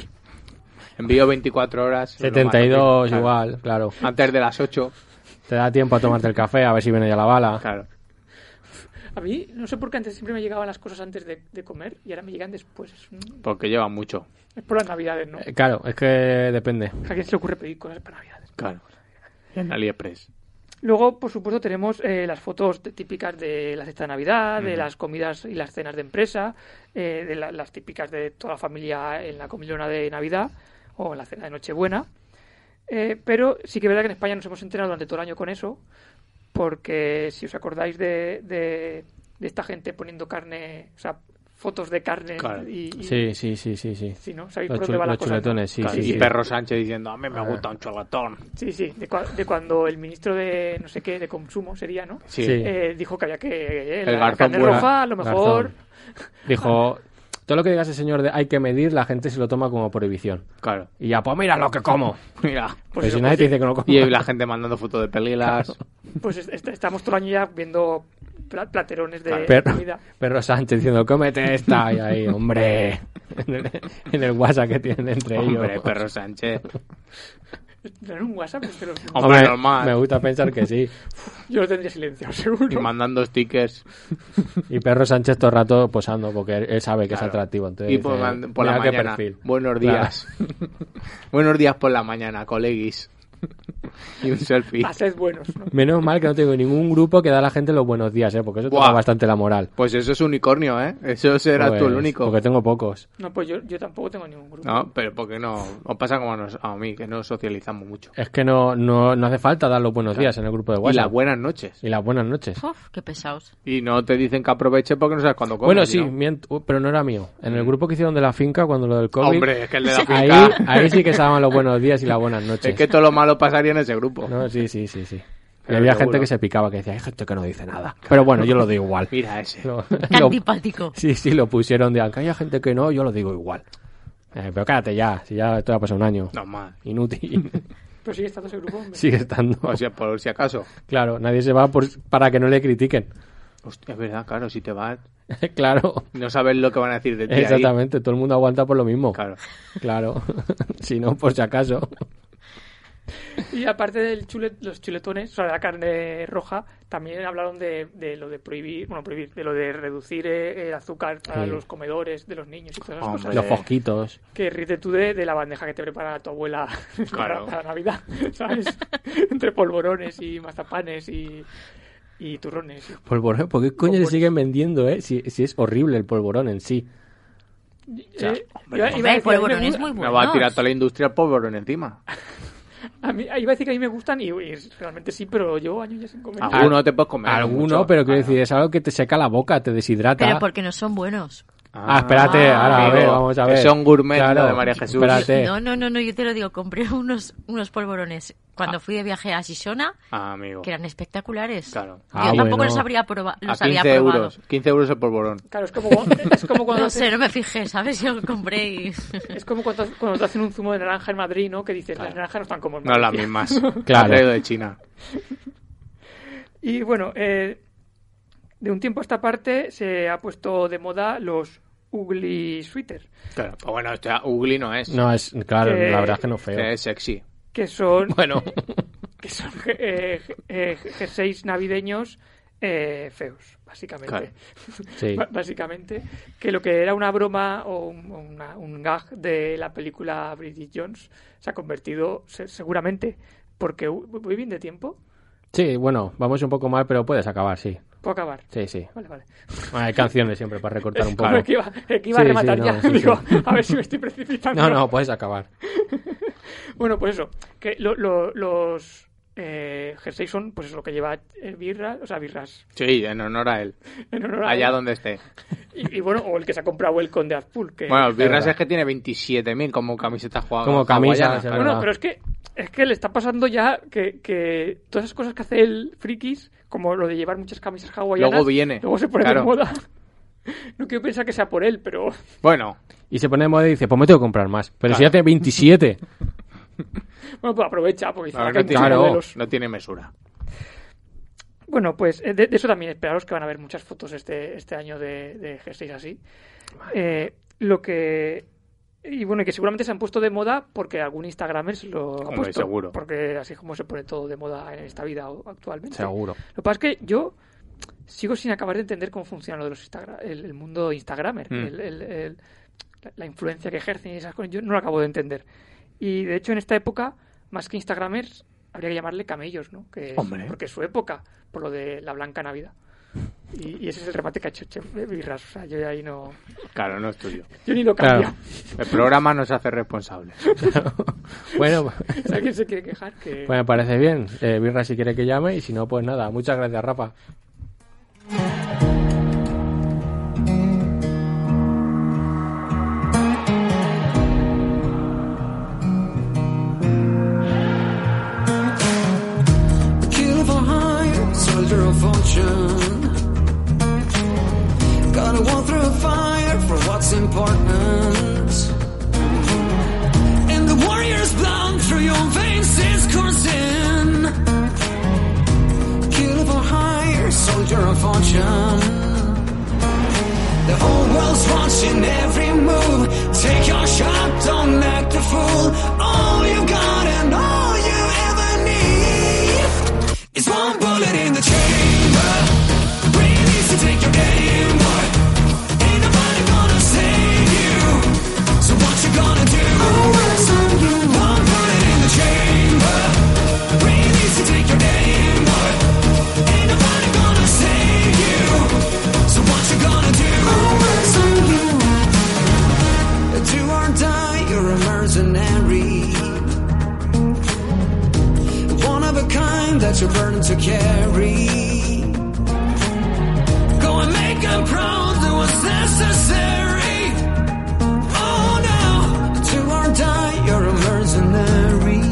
[SPEAKER 5] Envío 24 horas. lo mando.
[SPEAKER 4] 72
[SPEAKER 5] Claro.
[SPEAKER 4] igual, claro.
[SPEAKER 5] Antes de las 8.
[SPEAKER 4] Te da tiempo a tomarte el café, a ver si viene ya la bala.
[SPEAKER 5] Claro.
[SPEAKER 3] A mí, no sé por qué antes siempre me llegaban las cosas antes de, de comer y ahora me llegan después. Es, un-
[SPEAKER 5] Porque lleva mucho.
[SPEAKER 3] es por las navidades, ¿no?
[SPEAKER 4] Eh, Claro, es que depende.
[SPEAKER 3] ¿A quién se le ocurre pedir cosas para navidades?
[SPEAKER 5] Claro. En AliExpress.
[SPEAKER 3] Luego, por supuesto, tenemos eh, las fotos de- típicas de la cesta de Navidad, de las comidas y las cenas de empresa, eh, de la- las típicas de toda la familia en la comilona de Navidad o en la cena de Nochebuena. Eh, pero sí que es verdad que en España nos hemos enterado durante todo el año con eso, porque si os acordáis de, de- de esta gente poniendo carne, o sea, fotos de carne
[SPEAKER 5] Claro.
[SPEAKER 3] y, y-
[SPEAKER 4] Sí, sí, sí, sí, sí.
[SPEAKER 3] Sí, ¿no? ¿Sabéis
[SPEAKER 4] Los,
[SPEAKER 3] por
[SPEAKER 4] chul-
[SPEAKER 3] dónde va la
[SPEAKER 4] los
[SPEAKER 3] cosa, no?
[SPEAKER 4] chuletones, sí,
[SPEAKER 5] Claro.
[SPEAKER 4] sí,
[SPEAKER 5] y
[SPEAKER 4] sí.
[SPEAKER 5] Perro Sánchez diciendo, a mí me
[SPEAKER 4] Ah.
[SPEAKER 5] gusta un cholatón.
[SPEAKER 3] Sí, sí, de, cua- de cuando el ministro de no sé qué, de consumo sería, ¿no?
[SPEAKER 5] Sí.
[SPEAKER 4] Sí.
[SPEAKER 3] Eh, dijo que había que... eh,
[SPEAKER 5] El
[SPEAKER 3] la
[SPEAKER 5] garzón
[SPEAKER 3] carne
[SPEAKER 5] vuela.
[SPEAKER 3] roja, a lo mejor... Pues
[SPEAKER 4] Garzón. Dijo, todo lo que diga ese señor de hay que medir, la gente se lo toma como prohibición.
[SPEAKER 5] Claro.
[SPEAKER 4] Y ya, pues mira lo que como.
[SPEAKER 5] Mira.
[SPEAKER 3] Pues
[SPEAKER 4] Pero
[SPEAKER 3] eso,
[SPEAKER 4] si nadie
[SPEAKER 3] pues
[SPEAKER 4] te
[SPEAKER 3] sí.
[SPEAKER 4] dice que no como.
[SPEAKER 5] Y la gente mandando fotos de pelilas.
[SPEAKER 3] Pues es- est- estamos todo el año ya viendo pla- platerones de
[SPEAKER 4] Claro. Perro,
[SPEAKER 3] comida.
[SPEAKER 4] Perro Sánchez diciendo, cómete esta. Y ahí, hombre. En el, en el WhatsApp que tienen entre
[SPEAKER 5] Hombre,
[SPEAKER 4] ellos.
[SPEAKER 5] Perro Sánchez.
[SPEAKER 3] ¿No era un WhatsApp? Pues que lo-
[SPEAKER 5] Hombre, normal.
[SPEAKER 4] Me gusta pensar que sí.
[SPEAKER 3] Yo lo tendría silenciado,
[SPEAKER 5] Y
[SPEAKER 3] seguro.
[SPEAKER 5] mandando stickers.
[SPEAKER 4] Y Perro Sánchez todo el rato posando, porque él, él sabe que
[SPEAKER 5] Claro.
[SPEAKER 4] es atractivo. Entonces,
[SPEAKER 5] Y por,
[SPEAKER 4] dice,
[SPEAKER 5] man- por la
[SPEAKER 4] "Mira qué
[SPEAKER 5] mañana.
[SPEAKER 4] perfil".
[SPEAKER 5] Buenos
[SPEAKER 4] Claro.
[SPEAKER 5] días. Buenos días por la mañana, coleguis. Y un selfie.
[SPEAKER 3] A ser buenos, ¿no?
[SPEAKER 4] Menos mal que no tengo ningún grupo que da a la gente los buenos días, ¿eh? porque eso te
[SPEAKER 5] Buah.
[SPEAKER 4] da bastante la moral.
[SPEAKER 5] Pues eso es unicornio, ¿eh? Eso será tú el
[SPEAKER 4] Pues,
[SPEAKER 5] único.
[SPEAKER 4] Porque tengo pocos.
[SPEAKER 3] No, pues yo, yo tampoco tengo ningún grupo.
[SPEAKER 5] No, pero porque no. Os pasa como a, nos- a mí, que no socializamos mucho.
[SPEAKER 4] Es que no, no, no hace falta dar los buenos días en el grupo de
[SPEAKER 5] Y las
[SPEAKER 4] WhatsApp.
[SPEAKER 5] buenas noches.
[SPEAKER 4] Y las buenas noches.
[SPEAKER 7] Uf, qué pesados.
[SPEAKER 5] Y no te dicen que aproveche porque no sabes cuándo comes.
[SPEAKER 4] bueno, sí,
[SPEAKER 5] ¿no? Mm.
[SPEAKER 4] mient- uh, pero no era mío. En el grupo que hicieron de la finca, cuando lo del COVID,
[SPEAKER 5] Hombre, es que el de la
[SPEAKER 4] ahí,
[SPEAKER 5] finca.
[SPEAKER 4] ahí sí que estaban los buenos días y las buenas noches.
[SPEAKER 5] Es que todo lo malo pasaría en ese grupo.
[SPEAKER 4] No, sí, sí, sí, sí. Y
[SPEAKER 5] Pero
[SPEAKER 4] había
[SPEAKER 5] seguro.
[SPEAKER 4] gente que se picaba, que decía, hay gente que no dice nada. Pero bueno, yo lo digo igual.
[SPEAKER 5] Mira ese.
[SPEAKER 4] Lo-
[SPEAKER 7] Qué
[SPEAKER 4] lo-
[SPEAKER 7] antipático.
[SPEAKER 4] sí, sí, lo pusieron de acá. Hay gente que no, yo lo digo igual. Eh, pero cállate ya, si ya esto ya ha pasado un año.
[SPEAKER 5] Normal.
[SPEAKER 4] Inútil.
[SPEAKER 3] Pero sigue estando ese grupo, hombre.
[SPEAKER 4] Sigue estando.
[SPEAKER 5] O sea, por si acaso.
[SPEAKER 4] Claro, nadie se va por- para que no le critiquen.
[SPEAKER 5] Hostia, es verdad, claro, si te vas,
[SPEAKER 4] claro,
[SPEAKER 5] no sabes lo que van a decir de ti. ahí.
[SPEAKER 4] exactamente. Todo el mundo aguanta por lo mismo.
[SPEAKER 5] Claro.
[SPEAKER 4] Claro. si no, por si acaso.
[SPEAKER 3] Y aparte de los chuletones, o sea, de la carne roja, también hablaron de, de lo de prohibir, bueno, prohibir, de lo de reducir eh, el azúcar para
[SPEAKER 4] Sí.
[SPEAKER 3] los comedores de los niños y todas esas
[SPEAKER 5] Hombre.
[SPEAKER 3] cosas.
[SPEAKER 4] Los fosquitos.
[SPEAKER 3] Que ríete tú de, de la bandeja que te prepara tu abuela
[SPEAKER 5] Claro.
[SPEAKER 3] para, para Navidad, ¿sabes? Entre polvorones y mazapanes y, y turrones.
[SPEAKER 4] Polvorón, ¿por qué coño se
[SPEAKER 3] Polvorón.
[SPEAKER 4] siguen vendiendo, eh? Si, si es horrible el polvorón en sí. sea,
[SPEAKER 3] Eh, iba- iba a
[SPEAKER 7] Hombre, el
[SPEAKER 3] decir, a mí me
[SPEAKER 7] polvorón es
[SPEAKER 3] gusta-
[SPEAKER 7] muy
[SPEAKER 5] Me
[SPEAKER 7] bueno.
[SPEAKER 5] va a tirar toda la industria al polvorón encima.
[SPEAKER 7] Ah.
[SPEAKER 3] A mí, iba a decir que a mí me gustan y, y realmente sí, pero llevo años ya sin comer.
[SPEAKER 5] Ah. Alguno te puedes comer.
[SPEAKER 4] Alguno,
[SPEAKER 5] mucho.
[SPEAKER 4] pero quiero
[SPEAKER 5] Claro.
[SPEAKER 4] decir, es algo que te seca la boca, te deshidrata.
[SPEAKER 7] Pero porque no son buenos.
[SPEAKER 4] Ah, espérate, ahora a
[SPEAKER 5] amigo,
[SPEAKER 4] ver, vamos a
[SPEAKER 5] que
[SPEAKER 4] ver.
[SPEAKER 5] son gourmet, ¿no? de María Jesús.
[SPEAKER 4] Espérate.
[SPEAKER 7] No, no, no, no, yo te lo digo, compré unos, unos polvorones cuando fui de viaje a Shishona,
[SPEAKER 5] Ah, amigo.
[SPEAKER 7] que eran espectaculares.
[SPEAKER 5] Claro.
[SPEAKER 7] Yo
[SPEAKER 4] Ah,
[SPEAKER 7] tampoco
[SPEAKER 4] bueno.
[SPEAKER 7] los, habría proba-
[SPEAKER 5] A
[SPEAKER 7] los había
[SPEAKER 5] 15
[SPEAKER 7] probado.
[SPEAKER 5] euros. 15 euros el polvorón.
[SPEAKER 3] Claro, es como, cuando- es como cuando
[SPEAKER 7] No
[SPEAKER 3] haces-
[SPEAKER 7] sé, no me fijé, ¿sabes? Yo compré y...
[SPEAKER 3] Es como cuando, cuando te hacen un zumo de naranja en Madrid, ¿no? Que dices, las naranjas no están como en
[SPEAKER 5] No las
[SPEAKER 3] Valencia".
[SPEAKER 5] mismas.
[SPEAKER 4] Claro.
[SPEAKER 5] Ha traído de China.
[SPEAKER 3] Y bueno, eh, de un tiempo a esta parte se ha puesto de moda los ugly sweater,
[SPEAKER 5] Claro. Pero bueno, este Ugly no es.
[SPEAKER 4] No, es, claro,
[SPEAKER 3] Eh,
[SPEAKER 4] la verdad es que no es feo.
[SPEAKER 5] Este es sexy.
[SPEAKER 3] que son,
[SPEAKER 5] Bueno,
[SPEAKER 3] que son eh, eh, jerseys navideños eh, feos, básicamente.
[SPEAKER 5] Claro.
[SPEAKER 4] Sí.
[SPEAKER 3] Ba- Básicamente, que lo que era una broma o un, una- un gag de la película Bridget Jones se ha convertido se- seguramente, porque u- voy bien de tiempo,
[SPEAKER 4] Sí, bueno, vamos un poco mal, pero puedes acabar, sí.
[SPEAKER 3] puedo acabar.
[SPEAKER 4] Sí, sí.
[SPEAKER 3] Vale, vale.
[SPEAKER 4] Hay canciones siempre para recortar un poco.
[SPEAKER 3] Hombre, que iba, que iba a
[SPEAKER 4] Sí, sí,
[SPEAKER 3] rematar
[SPEAKER 4] no,
[SPEAKER 3] ya.
[SPEAKER 4] sí, sí.
[SPEAKER 3] Digo, a ver si me estoy precipitando.
[SPEAKER 4] No, no, puedes acabar.
[SPEAKER 3] Bueno, pues eso. Que lo- lo- los eh, jerseys son, pues eso, lo que lleva eh, birra, o sea, birras.
[SPEAKER 5] sí, en honor a él.
[SPEAKER 3] en honor a
[SPEAKER 5] Allá
[SPEAKER 3] él.
[SPEAKER 5] donde esté.
[SPEAKER 3] Y, y bueno, o el que se ha comprado el Conde Azpul. Que...
[SPEAKER 5] Bueno, Birras
[SPEAKER 4] verdad.
[SPEAKER 5] es que tiene 27.000 como camisetas jugadas.
[SPEAKER 4] Como camisas, es
[SPEAKER 3] Bueno,
[SPEAKER 4] verdad.
[SPEAKER 3] pero es que es que le está pasando ya que, que todas esas cosas que hace el frikis, como lo de llevar muchas camisas hawaianas,
[SPEAKER 5] Luego viene,
[SPEAKER 3] luego se pone
[SPEAKER 5] claro.
[SPEAKER 3] de moda. No quiero pensar que sea por él, pero
[SPEAKER 5] Bueno,
[SPEAKER 4] Y se pone de moda y dice, pues me tengo que comprar más. Pero si ya tiene 27.
[SPEAKER 3] bueno, pues aprovecha porque dice,
[SPEAKER 5] a ver,
[SPEAKER 3] "Ah, que hay
[SPEAKER 5] no, tiene,
[SPEAKER 3] muchos
[SPEAKER 4] claro.
[SPEAKER 3] modelos".
[SPEAKER 5] no tiene mesura.
[SPEAKER 3] Bueno, pues eh, de, de eso también esperaros que van a haber muchas fotos este, este año de, de jerseys así. Eh, lo que. Y bueno, y que seguramente se han puesto de moda porque algún Instagramer se lo ha
[SPEAKER 5] Hombre,
[SPEAKER 3] puesto.
[SPEAKER 5] seguro.
[SPEAKER 3] Porque así es como se pone todo de moda en esta vida o- actualmente.
[SPEAKER 4] Seguro.
[SPEAKER 3] Lo que pasa es que yo sigo sin acabar de entender cómo funciona lo de los Instagra- el, el mundo Instagramer,
[SPEAKER 5] Mm.
[SPEAKER 3] el- el- el- la, la influencia que ejercen y esas cosas. Yo no lo acabo de entender. Y de hecho, en esta época, más que Instagramers, habría que llamarle camellos, ¿no? Que,
[SPEAKER 5] Hombre.
[SPEAKER 3] Porque es su época, por lo de la Blanca Navidad. Y, y ese es el remate que ha hecho Che- Birras. O sea, yo ahí no.
[SPEAKER 5] Claro, no es tuyo.
[SPEAKER 3] Yo ni lo
[SPEAKER 4] Claro.
[SPEAKER 3] cambio.
[SPEAKER 5] El programa nos hace responsables.
[SPEAKER 4] Bueno,
[SPEAKER 3] Si alguien se quiere quejar, que.
[SPEAKER 4] pues me parece bien. Eh, Birra si quiere que llame y si no, pues nada. Muchas gracias, Rafa.
[SPEAKER 6] kill for hire, soldier of fortune. Gotta walk through a fire for what's important. And the warrior's blood through your veins is coursing. Kill for hire, soldier of fortune. The whole world's watching every move. Take your shot, don't act a fool. All you got and all you ever need. It's one bullet in the chamber. Breathe easy, take your aim, boy. Ain't nobody gonna save you. So what you gonna do? Always on you. One bullet in the chamber. Breathe easy, take your aim, boy. Ain't nobody gonna save you. So what you gonna do? Always on you. Do or die, you're a mercenary one of a kind that you're burden to carry. Go and make them proud that was necessary. Oh no, do or die, you're a mercenary.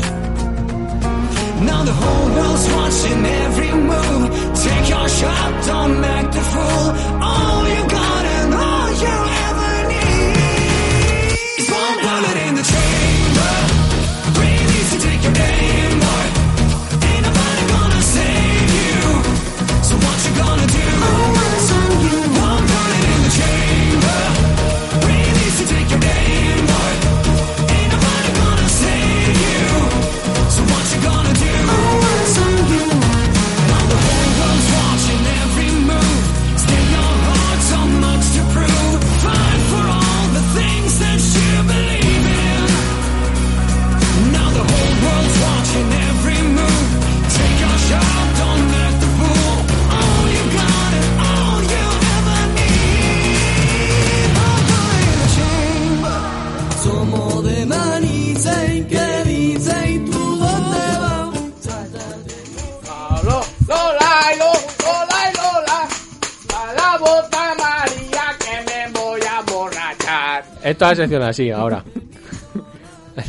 [SPEAKER 6] Now the whole world's watching every move. Take your shot, don't act a fool. All you got and all you ever need is one bullet in the chamber. Breathe easy, take your aim, boy. Ain't nobody gonna save you. So what you gonna do? Always on you. One bullet in the chamber. Breathe easy, take your aim, boy. Ain't nobody gonna save you. So what you gonna do? Always on you.
[SPEAKER 4] Esto es la sección así, ahora.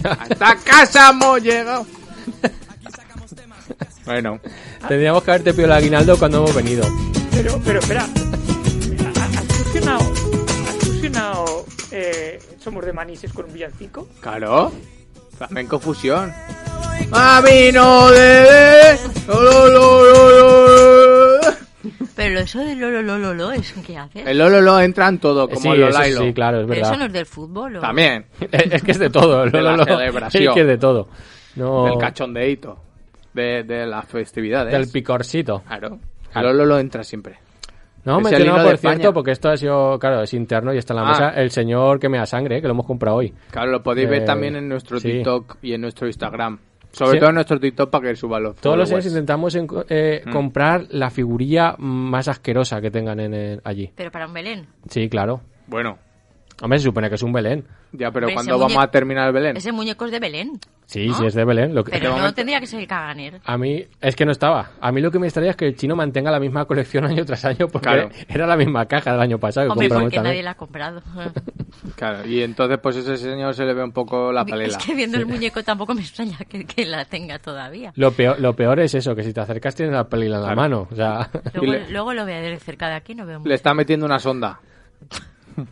[SPEAKER 5] ¡Hasta casa hemos llegado! bueno,
[SPEAKER 4] Tendríamos que haberte pedido el aguinaldo cuando hemos venido.
[SPEAKER 3] Pero, pero, espera. ¿Has fusionado, has fusionado eh, Somos de Manises con un villancico?
[SPEAKER 5] claro. Flamenco fusión. ¡Mami no debe! ¡Lo, lo, lo, lo, lo!
[SPEAKER 7] Pero eso de lo, lo, lo, lo, lo, ¿eso qué haces?
[SPEAKER 5] El Lolo lo entra en todo, como
[SPEAKER 4] sí,
[SPEAKER 5] el
[SPEAKER 4] eso
[SPEAKER 5] Lolailo.
[SPEAKER 4] sí, claro, es
[SPEAKER 7] Pero eso no
[SPEAKER 4] verdad.
[SPEAKER 7] es del fútbol. ¿o?
[SPEAKER 5] También.
[SPEAKER 4] Es que es de todo.
[SPEAKER 5] De
[SPEAKER 4] lo-
[SPEAKER 5] la
[SPEAKER 4] lo-
[SPEAKER 5] celebración.
[SPEAKER 4] Es que es de todo. No,
[SPEAKER 5] Del cachondeito. De, de las festividades.
[SPEAKER 4] Oh. Del picorcito.
[SPEAKER 5] Claro. El
[SPEAKER 4] Claro.
[SPEAKER 5] Lolo lo entra siempre.
[SPEAKER 4] No,
[SPEAKER 5] Es el
[SPEAKER 4] mencionaba,
[SPEAKER 5] himno de
[SPEAKER 4] por cierto,
[SPEAKER 5] España.
[SPEAKER 4] porque esto ha sido, claro, es interno y está en la
[SPEAKER 5] Ah.
[SPEAKER 4] mesa el señor que me da sangre, eh, que lo hemos comprado hoy.
[SPEAKER 5] Claro, lo podéis ver
[SPEAKER 4] Eh,
[SPEAKER 5] también en nuestro
[SPEAKER 4] sí.
[SPEAKER 5] TikTok y en nuestro Instagram. Sobre
[SPEAKER 4] Sí.
[SPEAKER 5] todo en nuestro TikTok para que suba los
[SPEAKER 4] Todos los años
[SPEAKER 5] followers.
[SPEAKER 4] intentamos enco- eh,
[SPEAKER 5] Mm.
[SPEAKER 4] comprar la figurilla más asquerosa que tengan en el- allí.
[SPEAKER 7] Pero para un Belén.
[SPEAKER 4] Sí, claro.
[SPEAKER 5] Bueno,
[SPEAKER 4] Hombre, se supone que es un Belén.
[SPEAKER 5] ya, pero
[SPEAKER 7] Hombre,
[SPEAKER 5] cuando
[SPEAKER 7] ese
[SPEAKER 5] vamos
[SPEAKER 7] muñe-
[SPEAKER 5] a terminar el Belén?
[SPEAKER 7] Ese muñeco es de Belén.
[SPEAKER 4] Sí,
[SPEAKER 7] ¿No?
[SPEAKER 5] Ah.
[SPEAKER 4] sí, es de Belén. Lo que,
[SPEAKER 7] Pero no
[SPEAKER 5] momento-
[SPEAKER 7] tendría que ser el Caganer.
[SPEAKER 4] A mí, es que no estaba. A mí lo que me extraña es que el chino mantenga la misma colección año tras año, porque
[SPEAKER 5] Claro.
[SPEAKER 4] era la misma caja del año pasado que
[SPEAKER 7] Hombre,
[SPEAKER 4] compramos
[SPEAKER 7] porque nadie
[SPEAKER 4] también.
[SPEAKER 7] la ha comprado.
[SPEAKER 5] Claro, y entonces pues ese señor se le ve un poco la palela.
[SPEAKER 7] es que viendo el muñeco tampoco me extraña que, que la tenga todavía.
[SPEAKER 4] Lo, peor, lo peor es eso, que si te acercas tienes la pelila en la mano. O sea,
[SPEAKER 7] Luego,
[SPEAKER 5] le-
[SPEAKER 7] luego lo voy a ver cerca de aquí, no veo
[SPEAKER 5] Le
[SPEAKER 7] mucho.
[SPEAKER 5] está metiendo una sonda.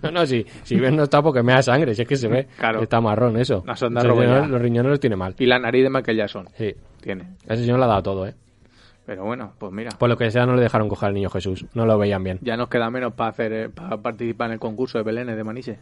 [SPEAKER 4] no, no, si, si bien no está porque me da sangre, si es que se ve.
[SPEAKER 5] Claro.
[SPEAKER 4] Está marrón eso.
[SPEAKER 5] La sonda
[SPEAKER 4] Ese señor
[SPEAKER 5] robollada.
[SPEAKER 4] Los riñones los tiene mal.
[SPEAKER 5] Y la nariz de maquillación
[SPEAKER 4] Sí.
[SPEAKER 5] tiene.
[SPEAKER 4] Ese señor le ha dado todo, ¿eh?
[SPEAKER 5] Pero bueno, pues mira.
[SPEAKER 4] Por lo que sea, no le dejaron coger al niño Jesús. No lo veían bien.
[SPEAKER 5] Ya nos queda menos para hacer eh, para participar en el concurso de Belénes de Maniche.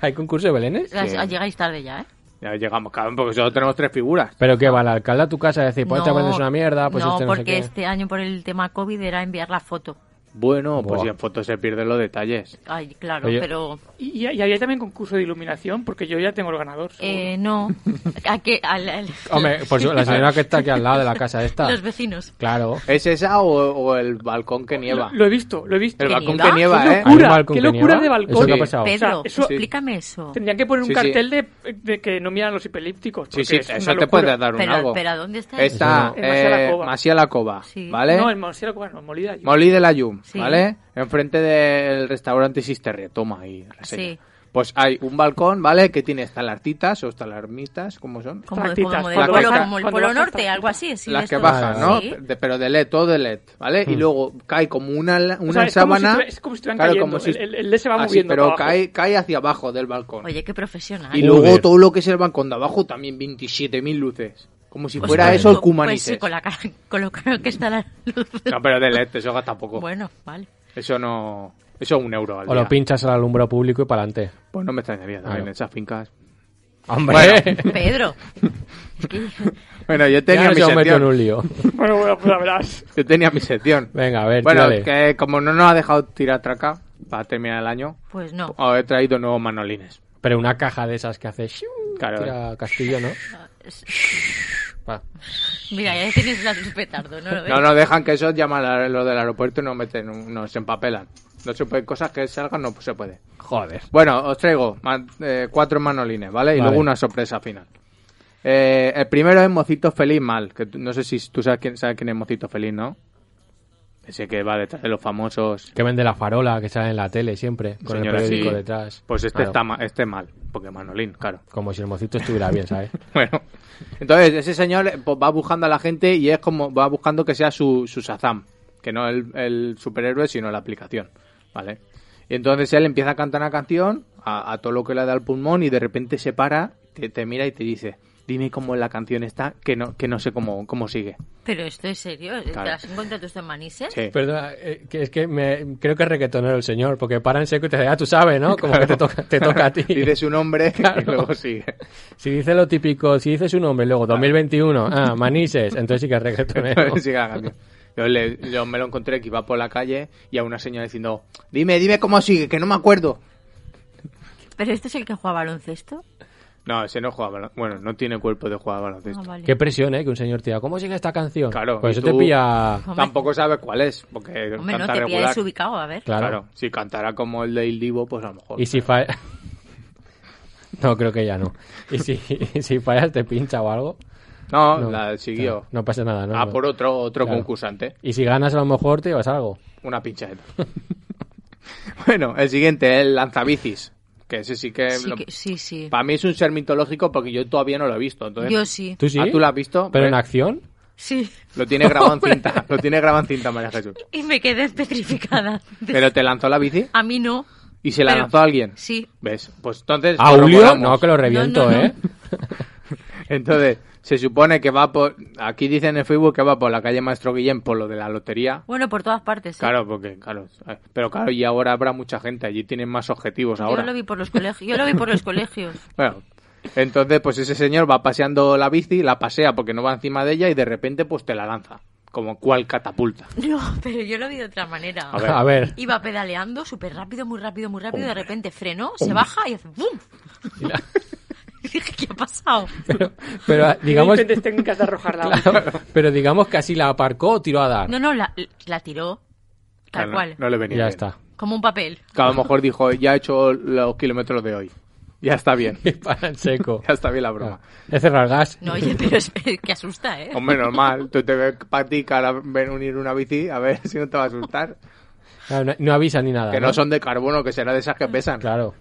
[SPEAKER 4] ¿Hay concurso de Belénes?
[SPEAKER 7] Las-
[SPEAKER 5] Sí.
[SPEAKER 7] Llegáis tarde ya, ¿eh?
[SPEAKER 5] Ya llegamos, cabrón, porque solo tenemos tres figuras.
[SPEAKER 4] Pero que va el alcalde a tu casa a decir, pues este Belén es una mierda, pues
[SPEAKER 7] no,
[SPEAKER 4] este no sé
[SPEAKER 7] porque
[SPEAKER 4] qué.
[SPEAKER 7] este año por el tema COVID era enviar la foto.
[SPEAKER 5] Bueno, pues
[SPEAKER 4] Buah.
[SPEAKER 5] si en fotos se pierden los detalles.
[SPEAKER 7] Ay, claro,
[SPEAKER 4] Oye.
[SPEAKER 7] pero
[SPEAKER 3] Y, y- y había también concurso de iluminación, porque yo ya tengo el ganador. seguro.
[SPEAKER 7] eh, no. ¿A qué? Al- al-
[SPEAKER 4] Hombre, pues la señora que está aquí al lado de la casa esta.
[SPEAKER 7] Los vecinos.
[SPEAKER 4] Claro.
[SPEAKER 5] ¿Es esa o, o el balcón que
[SPEAKER 3] lo,
[SPEAKER 5] nieva?
[SPEAKER 3] lo he visto, lo he visto.
[SPEAKER 5] El
[SPEAKER 7] ¿Que
[SPEAKER 5] balcón
[SPEAKER 7] nieva?
[SPEAKER 5] que nieva,
[SPEAKER 3] ¡Qué
[SPEAKER 5] ¿eh?
[SPEAKER 4] ¿Hay un
[SPEAKER 3] locura!
[SPEAKER 4] balcón
[SPEAKER 3] ¡Qué
[SPEAKER 4] que
[SPEAKER 3] locura
[SPEAKER 4] nieva?
[SPEAKER 3] de
[SPEAKER 4] ¿Eso
[SPEAKER 3] balcón!
[SPEAKER 4] qué ha
[SPEAKER 5] Sí.
[SPEAKER 4] pasado?
[SPEAKER 3] O sea,
[SPEAKER 7] Pedro,
[SPEAKER 3] eso-
[SPEAKER 7] explícame eso.
[SPEAKER 3] Tendrían que poner un
[SPEAKER 5] Sí, sí.
[SPEAKER 3] cartel de, de que no miran los epilépticos.
[SPEAKER 5] Sí,
[SPEAKER 3] porque
[SPEAKER 5] sí,
[SPEAKER 3] es una
[SPEAKER 5] eso te
[SPEAKER 3] locura.
[SPEAKER 5] puede dar un
[SPEAKER 7] Pero-
[SPEAKER 5] algo.
[SPEAKER 7] pero ¿dónde está
[SPEAKER 5] Está
[SPEAKER 3] eso? En Masía la
[SPEAKER 5] eh,
[SPEAKER 3] Cova.
[SPEAKER 5] Masía la Cova,
[SPEAKER 7] Sí.
[SPEAKER 5] ¿vale?
[SPEAKER 3] No, el Monserrat bueno, el Molida.
[SPEAKER 5] Molí de la Yum,
[SPEAKER 7] Sí.
[SPEAKER 5] ¿vale? Enfrente del restaurante Sisterre, toma y reseña.
[SPEAKER 7] Sí.
[SPEAKER 5] Pues hay un balcón, ¿vale? Que tiene estalartitas o estalarmitas, ¿cómo son?
[SPEAKER 7] Como,
[SPEAKER 3] Tractitas,
[SPEAKER 7] como del
[SPEAKER 5] cuando
[SPEAKER 7] polo,
[SPEAKER 5] bajas-
[SPEAKER 7] como el
[SPEAKER 3] cuando
[SPEAKER 7] Polo
[SPEAKER 3] bajas
[SPEAKER 7] Norte, algo así. sí, de
[SPEAKER 5] Las que
[SPEAKER 7] esto.
[SPEAKER 5] bajan, ¿no?
[SPEAKER 7] Sí.
[SPEAKER 5] De- pero de LED, todo de LED, ¿vale? Y luego cae como una, la- una
[SPEAKER 3] Hmm. O sea, es como
[SPEAKER 5] sábana.
[SPEAKER 3] si estuvi- es como si estuvieran
[SPEAKER 5] claro,
[SPEAKER 3] cayendo,
[SPEAKER 5] como si-
[SPEAKER 3] el- el- el LED se va
[SPEAKER 5] así,
[SPEAKER 3] moviendo
[SPEAKER 5] Pero
[SPEAKER 3] para abajo.
[SPEAKER 5] cae, cae hacia abajo del balcón.
[SPEAKER 7] Oye, qué profesional.
[SPEAKER 4] Joder.
[SPEAKER 5] y luego todo lo que es el balcón de abajo también 27.000 luces. Como si
[SPEAKER 7] Pues
[SPEAKER 5] fuera
[SPEAKER 7] con-
[SPEAKER 5] eso el
[SPEAKER 7] con- Pues
[SPEAKER 5] Cumanices.
[SPEAKER 7] sí, con, la cara, con lo caro que está la luz.
[SPEAKER 5] No, pero de LED, eso gasta poco.
[SPEAKER 7] Bueno, vale.
[SPEAKER 5] Eso no. Eso es un euro al
[SPEAKER 4] O lo
[SPEAKER 5] día.
[SPEAKER 4] pinchas al alumbrado público y para adelante.
[SPEAKER 5] Pues no me extrañaría también
[SPEAKER 4] Claro.
[SPEAKER 5] esas fincas.
[SPEAKER 4] Hombre,
[SPEAKER 7] Pedro. Es que
[SPEAKER 5] Bueno, yo
[SPEAKER 4] ya
[SPEAKER 5] tenía
[SPEAKER 4] nos
[SPEAKER 5] mi
[SPEAKER 4] hemos metido en
[SPEAKER 5] sección.
[SPEAKER 4] un lío.
[SPEAKER 3] Bueno, bueno, pues la verás.
[SPEAKER 5] Yo tenía mi sección.
[SPEAKER 4] Venga, a ver,
[SPEAKER 5] Bueno,
[SPEAKER 4] tírale.
[SPEAKER 5] que como no nos ha dejado tirar traca para terminar el año,
[SPEAKER 7] Pues no.
[SPEAKER 5] os he traído nuevos manolines.
[SPEAKER 4] Pero una caja de esas que hace shiu,
[SPEAKER 5] Claro.
[SPEAKER 4] tira castillo, ¿no? Va.
[SPEAKER 7] Mira, ya tienes la luz petardo, ¿no lo ves?
[SPEAKER 5] No nos dejan que esos llaman a los del aeropuerto y nos meten, un- nos empapelan. No se puede, cosas que salgan no se puede.
[SPEAKER 4] Joder.
[SPEAKER 5] Bueno, os traigo man- eh, cuatro manolines, ¿vale? Y
[SPEAKER 4] Vale.
[SPEAKER 5] luego una sorpresa final. Eh, el primero es Mocito Feliz Mal, que tú- no sé si tú sabes quién, sabes quién es Mocito Feliz, ¿no? Ese que va detrás de los famosos.
[SPEAKER 4] Que vende la farola que sale en la tele siempre, con
[SPEAKER 5] Señora,
[SPEAKER 4] el
[SPEAKER 5] sí.
[SPEAKER 4] periódico detrás.
[SPEAKER 5] Pues este
[SPEAKER 4] Claro,
[SPEAKER 5] está ma- este mal, porque Manolín, claro.
[SPEAKER 4] Como si el mocito estuviera bien, ¿sabes?
[SPEAKER 5] Bueno, entonces ese señor eh, pues, va buscando a la gente y es como va buscando que sea su, su Shazam, que no el, el superhéroe, sino la aplicación, ¿vale? Y entonces él empieza a cantar una canción a, a todo lo que le da el pulmón y de repente se para, te, te mira y te dice, dime cómo es la canción está, que no, que no sé cómo, cómo sigue.
[SPEAKER 7] Pero esto es serio. ¿Te
[SPEAKER 5] Claro.
[SPEAKER 7] las encuentras tú en Manises?
[SPEAKER 5] Sí.
[SPEAKER 4] Perdona, eh, que es que me, creo que es reggaetonero el señor, porque para en seco y te dice, ah, tú sabes, ¿no? Como que te toca, te toca a ti.
[SPEAKER 5] Dice su nombre
[SPEAKER 4] Claro.
[SPEAKER 5] y luego sigue.
[SPEAKER 4] Si dice lo típico, si dice su nombre, luego 2021, ah, manises, entonces sí que es reggaetonero.
[SPEAKER 5] Sigue la canción. Yo, le- yo me lo encontré que iba por la calle y a una señora diciendo, dime, dime cómo sigue, que no me acuerdo.
[SPEAKER 7] ¿Pero este es el que juega baloncesto?
[SPEAKER 5] No, ese no juega baloncesto. Bueno, no tiene cuerpo de jugar
[SPEAKER 7] Ah,
[SPEAKER 5] baloncesto.
[SPEAKER 7] vale.
[SPEAKER 4] Qué presión, ¿eh? Que un señor te diga, ¿cómo sigue esta canción?
[SPEAKER 5] Claro,
[SPEAKER 4] Pues
[SPEAKER 5] y
[SPEAKER 4] eso te
[SPEAKER 5] tú-
[SPEAKER 4] pilla...
[SPEAKER 7] Hombre,
[SPEAKER 5] Tampoco sabe cuál es, porque
[SPEAKER 7] Hombre, no
[SPEAKER 5] canta
[SPEAKER 7] te
[SPEAKER 5] regular.
[SPEAKER 7] pillas ubicado, a ver.
[SPEAKER 4] Claro.
[SPEAKER 5] Claro, si cantara como el de Il Divo, pues a lo mejor.
[SPEAKER 4] Y si fallas... no, creo que ya no. Y si, y si fallas te pincha o algo.
[SPEAKER 5] No,
[SPEAKER 4] No,
[SPEAKER 5] la siguió.
[SPEAKER 4] claro, no pasa nada, ¿no?
[SPEAKER 5] Ah,
[SPEAKER 4] no.
[SPEAKER 5] por otro, otro
[SPEAKER 4] Claro.
[SPEAKER 5] concursante.
[SPEAKER 4] Y si ganas a lo mejor te llevas algo.
[SPEAKER 5] Una pinchadera. bueno, el siguiente, el lanzabicis. Que ese sí que...
[SPEAKER 7] Sí,
[SPEAKER 5] Eh, lo-
[SPEAKER 7] que- sí, sí.
[SPEAKER 5] Para mí es un ser mitológico porque yo todavía no lo he visto. Entonces,
[SPEAKER 7] Yo sí.
[SPEAKER 4] ¿Tú sí?
[SPEAKER 5] Ah, ¿tú la has visto?
[SPEAKER 4] ¿Pero en
[SPEAKER 5] Pues-
[SPEAKER 4] acción?
[SPEAKER 7] Sí.
[SPEAKER 5] Lo tiene grabado en cinta. lo tiene grabado en cinta, María Jesús.
[SPEAKER 7] Y me quedé petrificada.
[SPEAKER 5] ¿Pero te lanzó la bici?
[SPEAKER 7] A mí no.
[SPEAKER 5] ¿Y se la
[SPEAKER 7] Pero-
[SPEAKER 5] lanzó a alguien?
[SPEAKER 7] Sí.
[SPEAKER 5] ¿Ves? Pues entonces...
[SPEAKER 4] ¿A Julio?
[SPEAKER 5] corroboramos.
[SPEAKER 4] No, que lo reviento,
[SPEAKER 7] No, no, no.
[SPEAKER 4] ¿eh?
[SPEAKER 5] Entonces, se supone que va por... Aquí dicen en el Facebook que va por la calle Maestro Guillén por lo de la lotería.
[SPEAKER 7] Bueno, por todas partes. ¿eh?
[SPEAKER 5] Claro, porque, claro. eh, Pero claro, y ahora habrá mucha gente. Allí tienen más objetivos ahora.
[SPEAKER 7] Yo lo vi por los colegios. Yo lo vi por los colegios.
[SPEAKER 5] Bueno, entonces pues ese señor va paseando la bici, la pasea porque no va encima de ella y de repente pues te la lanza, como cual catapulta.
[SPEAKER 7] No, pero yo lo vi de otra manera.
[SPEAKER 5] A ver.
[SPEAKER 4] A ver.
[SPEAKER 7] Iba pedaleando súper rápido, muy rápido, muy rápido. De repente frenó, se baja y hace ¡bum! Y dije, ¿qué ha pasado?
[SPEAKER 4] Pero, pero, ah, digamos,
[SPEAKER 3] Diferentes técnicas de arrojar la
[SPEAKER 4] claro, pero digamos que así la aparcó o tiró a dar.
[SPEAKER 7] No, no, la, la tiró. Tal
[SPEAKER 5] Claro, no-
[SPEAKER 7] cual.
[SPEAKER 5] No, le venía.
[SPEAKER 4] ya
[SPEAKER 5] bien.
[SPEAKER 4] está.
[SPEAKER 7] Como un papel.
[SPEAKER 5] Que a lo mejor dijo, ya he hecho los kilómetros de hoy. Ya está bien.
[SPEAKER 4] Y para en seco.
[SPEAKER 5] Ya está bien la broma.
[SPEAKER 4] Es cerrar gas.
[SPEAKER 7] No, oye, pero es que asusta, ¿eh?
[SPEAKER 5] Hombre, normal. Tú te ves para ti que ahora ven unir una bici, a ver si no te va a asustar.
[SPEAKER 4] Claro, no, no avisa ni nada.
[SPEAKER 5] Que
[SPEAKER 4] ¿no?
[SPEAKER 5] no son de carbono, que será de esas
[SPEAKER 7] Mm.
[SPEAKER 5] que pesan.
[SPEAKER 4] Claro.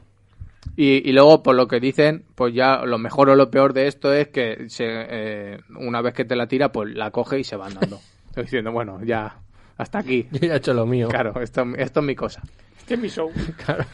[SPEAKER 5] Y, y luego, por lo que dicen, pues ya lo mejor o lo peor de esto es que se, eh, una vez que te la tira, pues la coge y se va andando. Estoy diciendo, bueno, ya, hasta aquí.
[SPEAKER 4] Yo ya he hecho lo mío.
[SPEAKER 5] Claro, esto, esto es mi cosa.
[SPEAKER 3] Este es mi show.
[SPEAKER 4] Claro.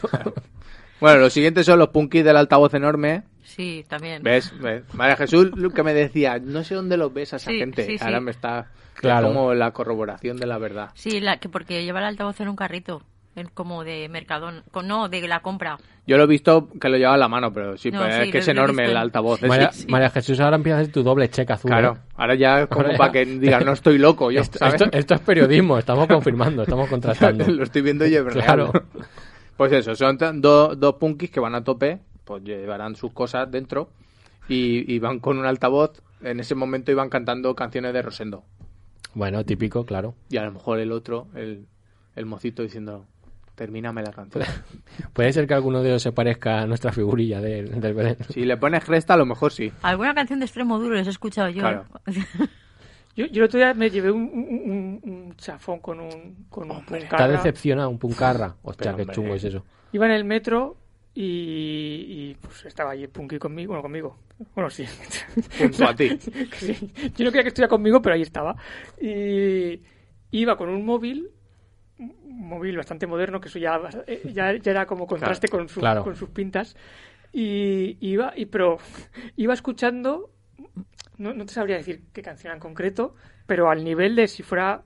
[SPEAKER 5] Bueno, los siguientes son los punkis del altavoz enorme.
[SPEAKER 7] Sí, también.
[SPEAKER 5] ¿Ves? ¿Ves? María Jesús, lo que me decía, no sé dónde los ves a esa
[SPEAKER 7] Sí,
[SPEAKER 5] gente.
[SPEAKER 7] sí, sí.
[SPEAKER 5] Ahora me está
[SPEAKER 4] Claro.
[SPEAKER 5] es como la corroboración de la verdad.
[SPEAKER 7] Sí, la, que porque lleva el altavoz en un carrito. en- como de mercadón. con- No, de la compra.
[SPEAKER 5] Yo lo he visto que lo llevaba a la mano, pero sí,
[SPEAKER 7] No,
[SPEAKER 5] pero
[SPEAKER 7] sí,
[SPEAKER 5] es que
[SPEAKER 7] lo-
[SPEAKER 5] es
[SPEAKER 7] lo he
[SPEAKER 5] enorme
[SPEAKER 7] visto.
[SPEAKER 5] el altavoz. ese.
[SPEAKER 4] María,
[SPEAKER 7] sí.
[SPEAKER 4] María Jesús, ahora empieza a hacer tu doble cheque azul.
[SPEAKER 5] Claro,
[SPEAKER 4] ¿eh?
[SPEAKER 5] ahora ya es como
[SPEAKER 4] Ahora ya-
[SPEAKER 5] para que digan, no estoy loco yo,
[SPEAKER 4] Esto,
[SPEAKER 5] ¿sabes?
[SPEAKER 4] esto- esto es periodismo, estamos confirmando, estamos contrastando.
[SPEAKER 5] lo estoy viendo yo, es real.
[SPEAKER 4] Claro.
[SPEAKER 5] Pues eso, son tan- do- dos punkis que van a tope, pues llevarán sus cosas dentro y, y van con un altavoz. En ese momento iban cantando canciones de Rosendo.
[SPEAKER 4] Bueno, típico, claro.
[SPEAKER 5] Y a lo mejor el otro, el, el mocito, diciendo, termíname la canción.
[SPEAKER 4] Puede ser que alguno de ellos se parezca a nuestra figurilla de- del Belén.
[SPEAKER 5] si le pones cresta, a lo mejor sí.
[SPEAKER 7] Alguna canción de extremo duro les he escuchado yo.
[SPEAKER 5] Claro.
[SPEAKER 7] ¿eh?
[SPEAKER 3] Yo, yo el otro día me llevé un, un- un- un chafón con un, con un
[SPEAKER 4] Está
[SPEAKER 3] puncarra.
[SPEAKER 4] decepcionado un puncarra. Hostia,
[SPEAKER 5] Pero,
[SPEAKER 4] qué
[SPEAKER 5] hombre.
[SPEAKER 4] chungo es eso.
[SPEAKER 3] Iba en el metro y, y, pues estaba allí Punky conmigo, bueno, conmigo. Bueno, sí.
[SPEAKER 5] Junto a ti.
[SPEAKER 3] Que sí. Yo no quería que estuviera conmigo, pero ahí estaba. Y iba con un móvil, un móvil bastante moderno, que eso ya, eh, ya, ya era como contraste con, su-
[SPEAKER 4] claro.
[SPEAKER 3] con sus pintas. Y iba, y, pero iba escuchando, no, no te sabría decir qué canción en concreto, pero al nivel de si fuera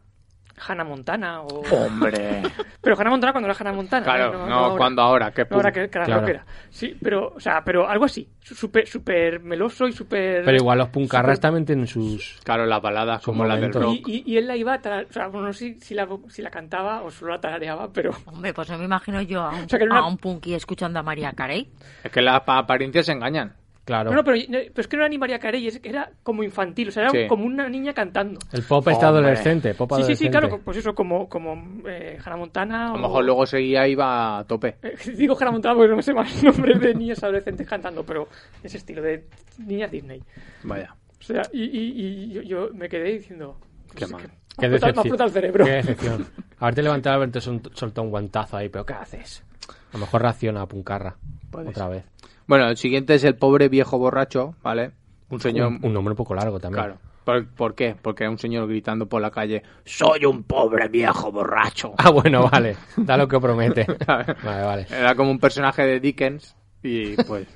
[SPEAKER 3] Hannah Montana o...
[SPEAKER 4] Oh.
[SPEAKER 5] Hombre.
[SPEAKER 3] Pero Hannah Montana cuando era Hannah Montana.
[SPEAKER 5] Claro,
[SPEAKER 3] ¿eh?
[SPEAKER 5] no, cuando ahora, que
[SPEAKER 3] No, ahora
[SPEAKER 5] pum.
[SPEAKER 3] que, que era
[SPEAKER 4] Claro.
[SPEAKER 3] rockera. Sí, pero, o sea, pero algo así. Su- Súper super meloso y súper...
[SPEAKER 4] Pero igual los puncarras
[SPEAKER 3] súper-
[SPEAKER 4] también tienen sus...
[SPEAKER 5] Claro, las baladas
[SPEAKER 4] Su
[SPEAKER 5] como la del
[SPEAKER 4] momento.
[SPEAKER 5] rock.
[SPEAKER 3] Y, y- y él la iba a tara- O sea, bueno, no sé si la, si la cantaba o solo la tarareaba, pero...
[SPEAKER 7] Hombre, pues no me imagino yo a un,
[SPEAKER 3] sea, que era una-
[SPEAKER 7] a un punky escuchando a María Carey.
[SPEAKER 5] Es que las pa- apariencias engañan.
[SPEAKER 4] Claro.
[SPEAKER 3] No, no, pero, no, pero es que no era ni María Carey, es que era como infantil, o sea, era
[SPEAKER 5] Sí.
[SPEAKER 3] como una niña cantando.
[SPEAKER 4] El pop está
[SPEAKER 5] Hombre.
[SPEAKER 4] adolescente, pop
[SPEAKER 3] Sí, sí,
[SPEAKER 4] adolescente.
[SPEAKER 3] sí, claro, pues eso, como, como eh, Hannah Montana
[SPEAKER 5] A lo
[SPEAKER 3] o-
[SPEAKER 5] mejor luego seguía iba a tope.
[SPEAKER 3] Eh, Digo Hannah Montana porque no me sé más nombres de niñas adolescentes cantando, pero ese estilo de niñas Disney.
[SPEAKER 5] Vaya.
[SPEAKER 3] O sea, y, y- y yo, yo me quedé diciendo...
[SPEAKER 5] Qué
[SPEAKER 3] pues,
[SPEAKER 5] mal.
[SPEAKER 3] que-
[SPEAKER 4] Qué
[SPEAKER 3] me ha explotado- me ha
[SPEAKER 4] decepción.
[SPEAKER 3] explotado el cerebro.
[SPEAKER 4] Qué decepción. Haberte levantado y haberte sol- soltado un guantazo ahí, pero ¿qué haces? A lo mejor reacciona a puncarra.
[SPEAKER 5] Puede
[SPEAKER 4] otra
[SPEAKER 5] ser.
[SPEAKER 4] vez.
[SPEAKER 5] Bueno, el siguiente es el pobre viejo borracho, ¿vale? Un señor...
[SPEAKER 4] Un, un nombre un poco largo también.
[SPEAKER 5] Claro. ¿Por, por qué? Porque un señor gritando por la calle, soy un pobre viejo borracho.
[SPEAKER 4] Ah, bueno, vale. Da lo que promete. Vale, vale.
[SPEAKER 5] Era como un personaje de Dickens y pues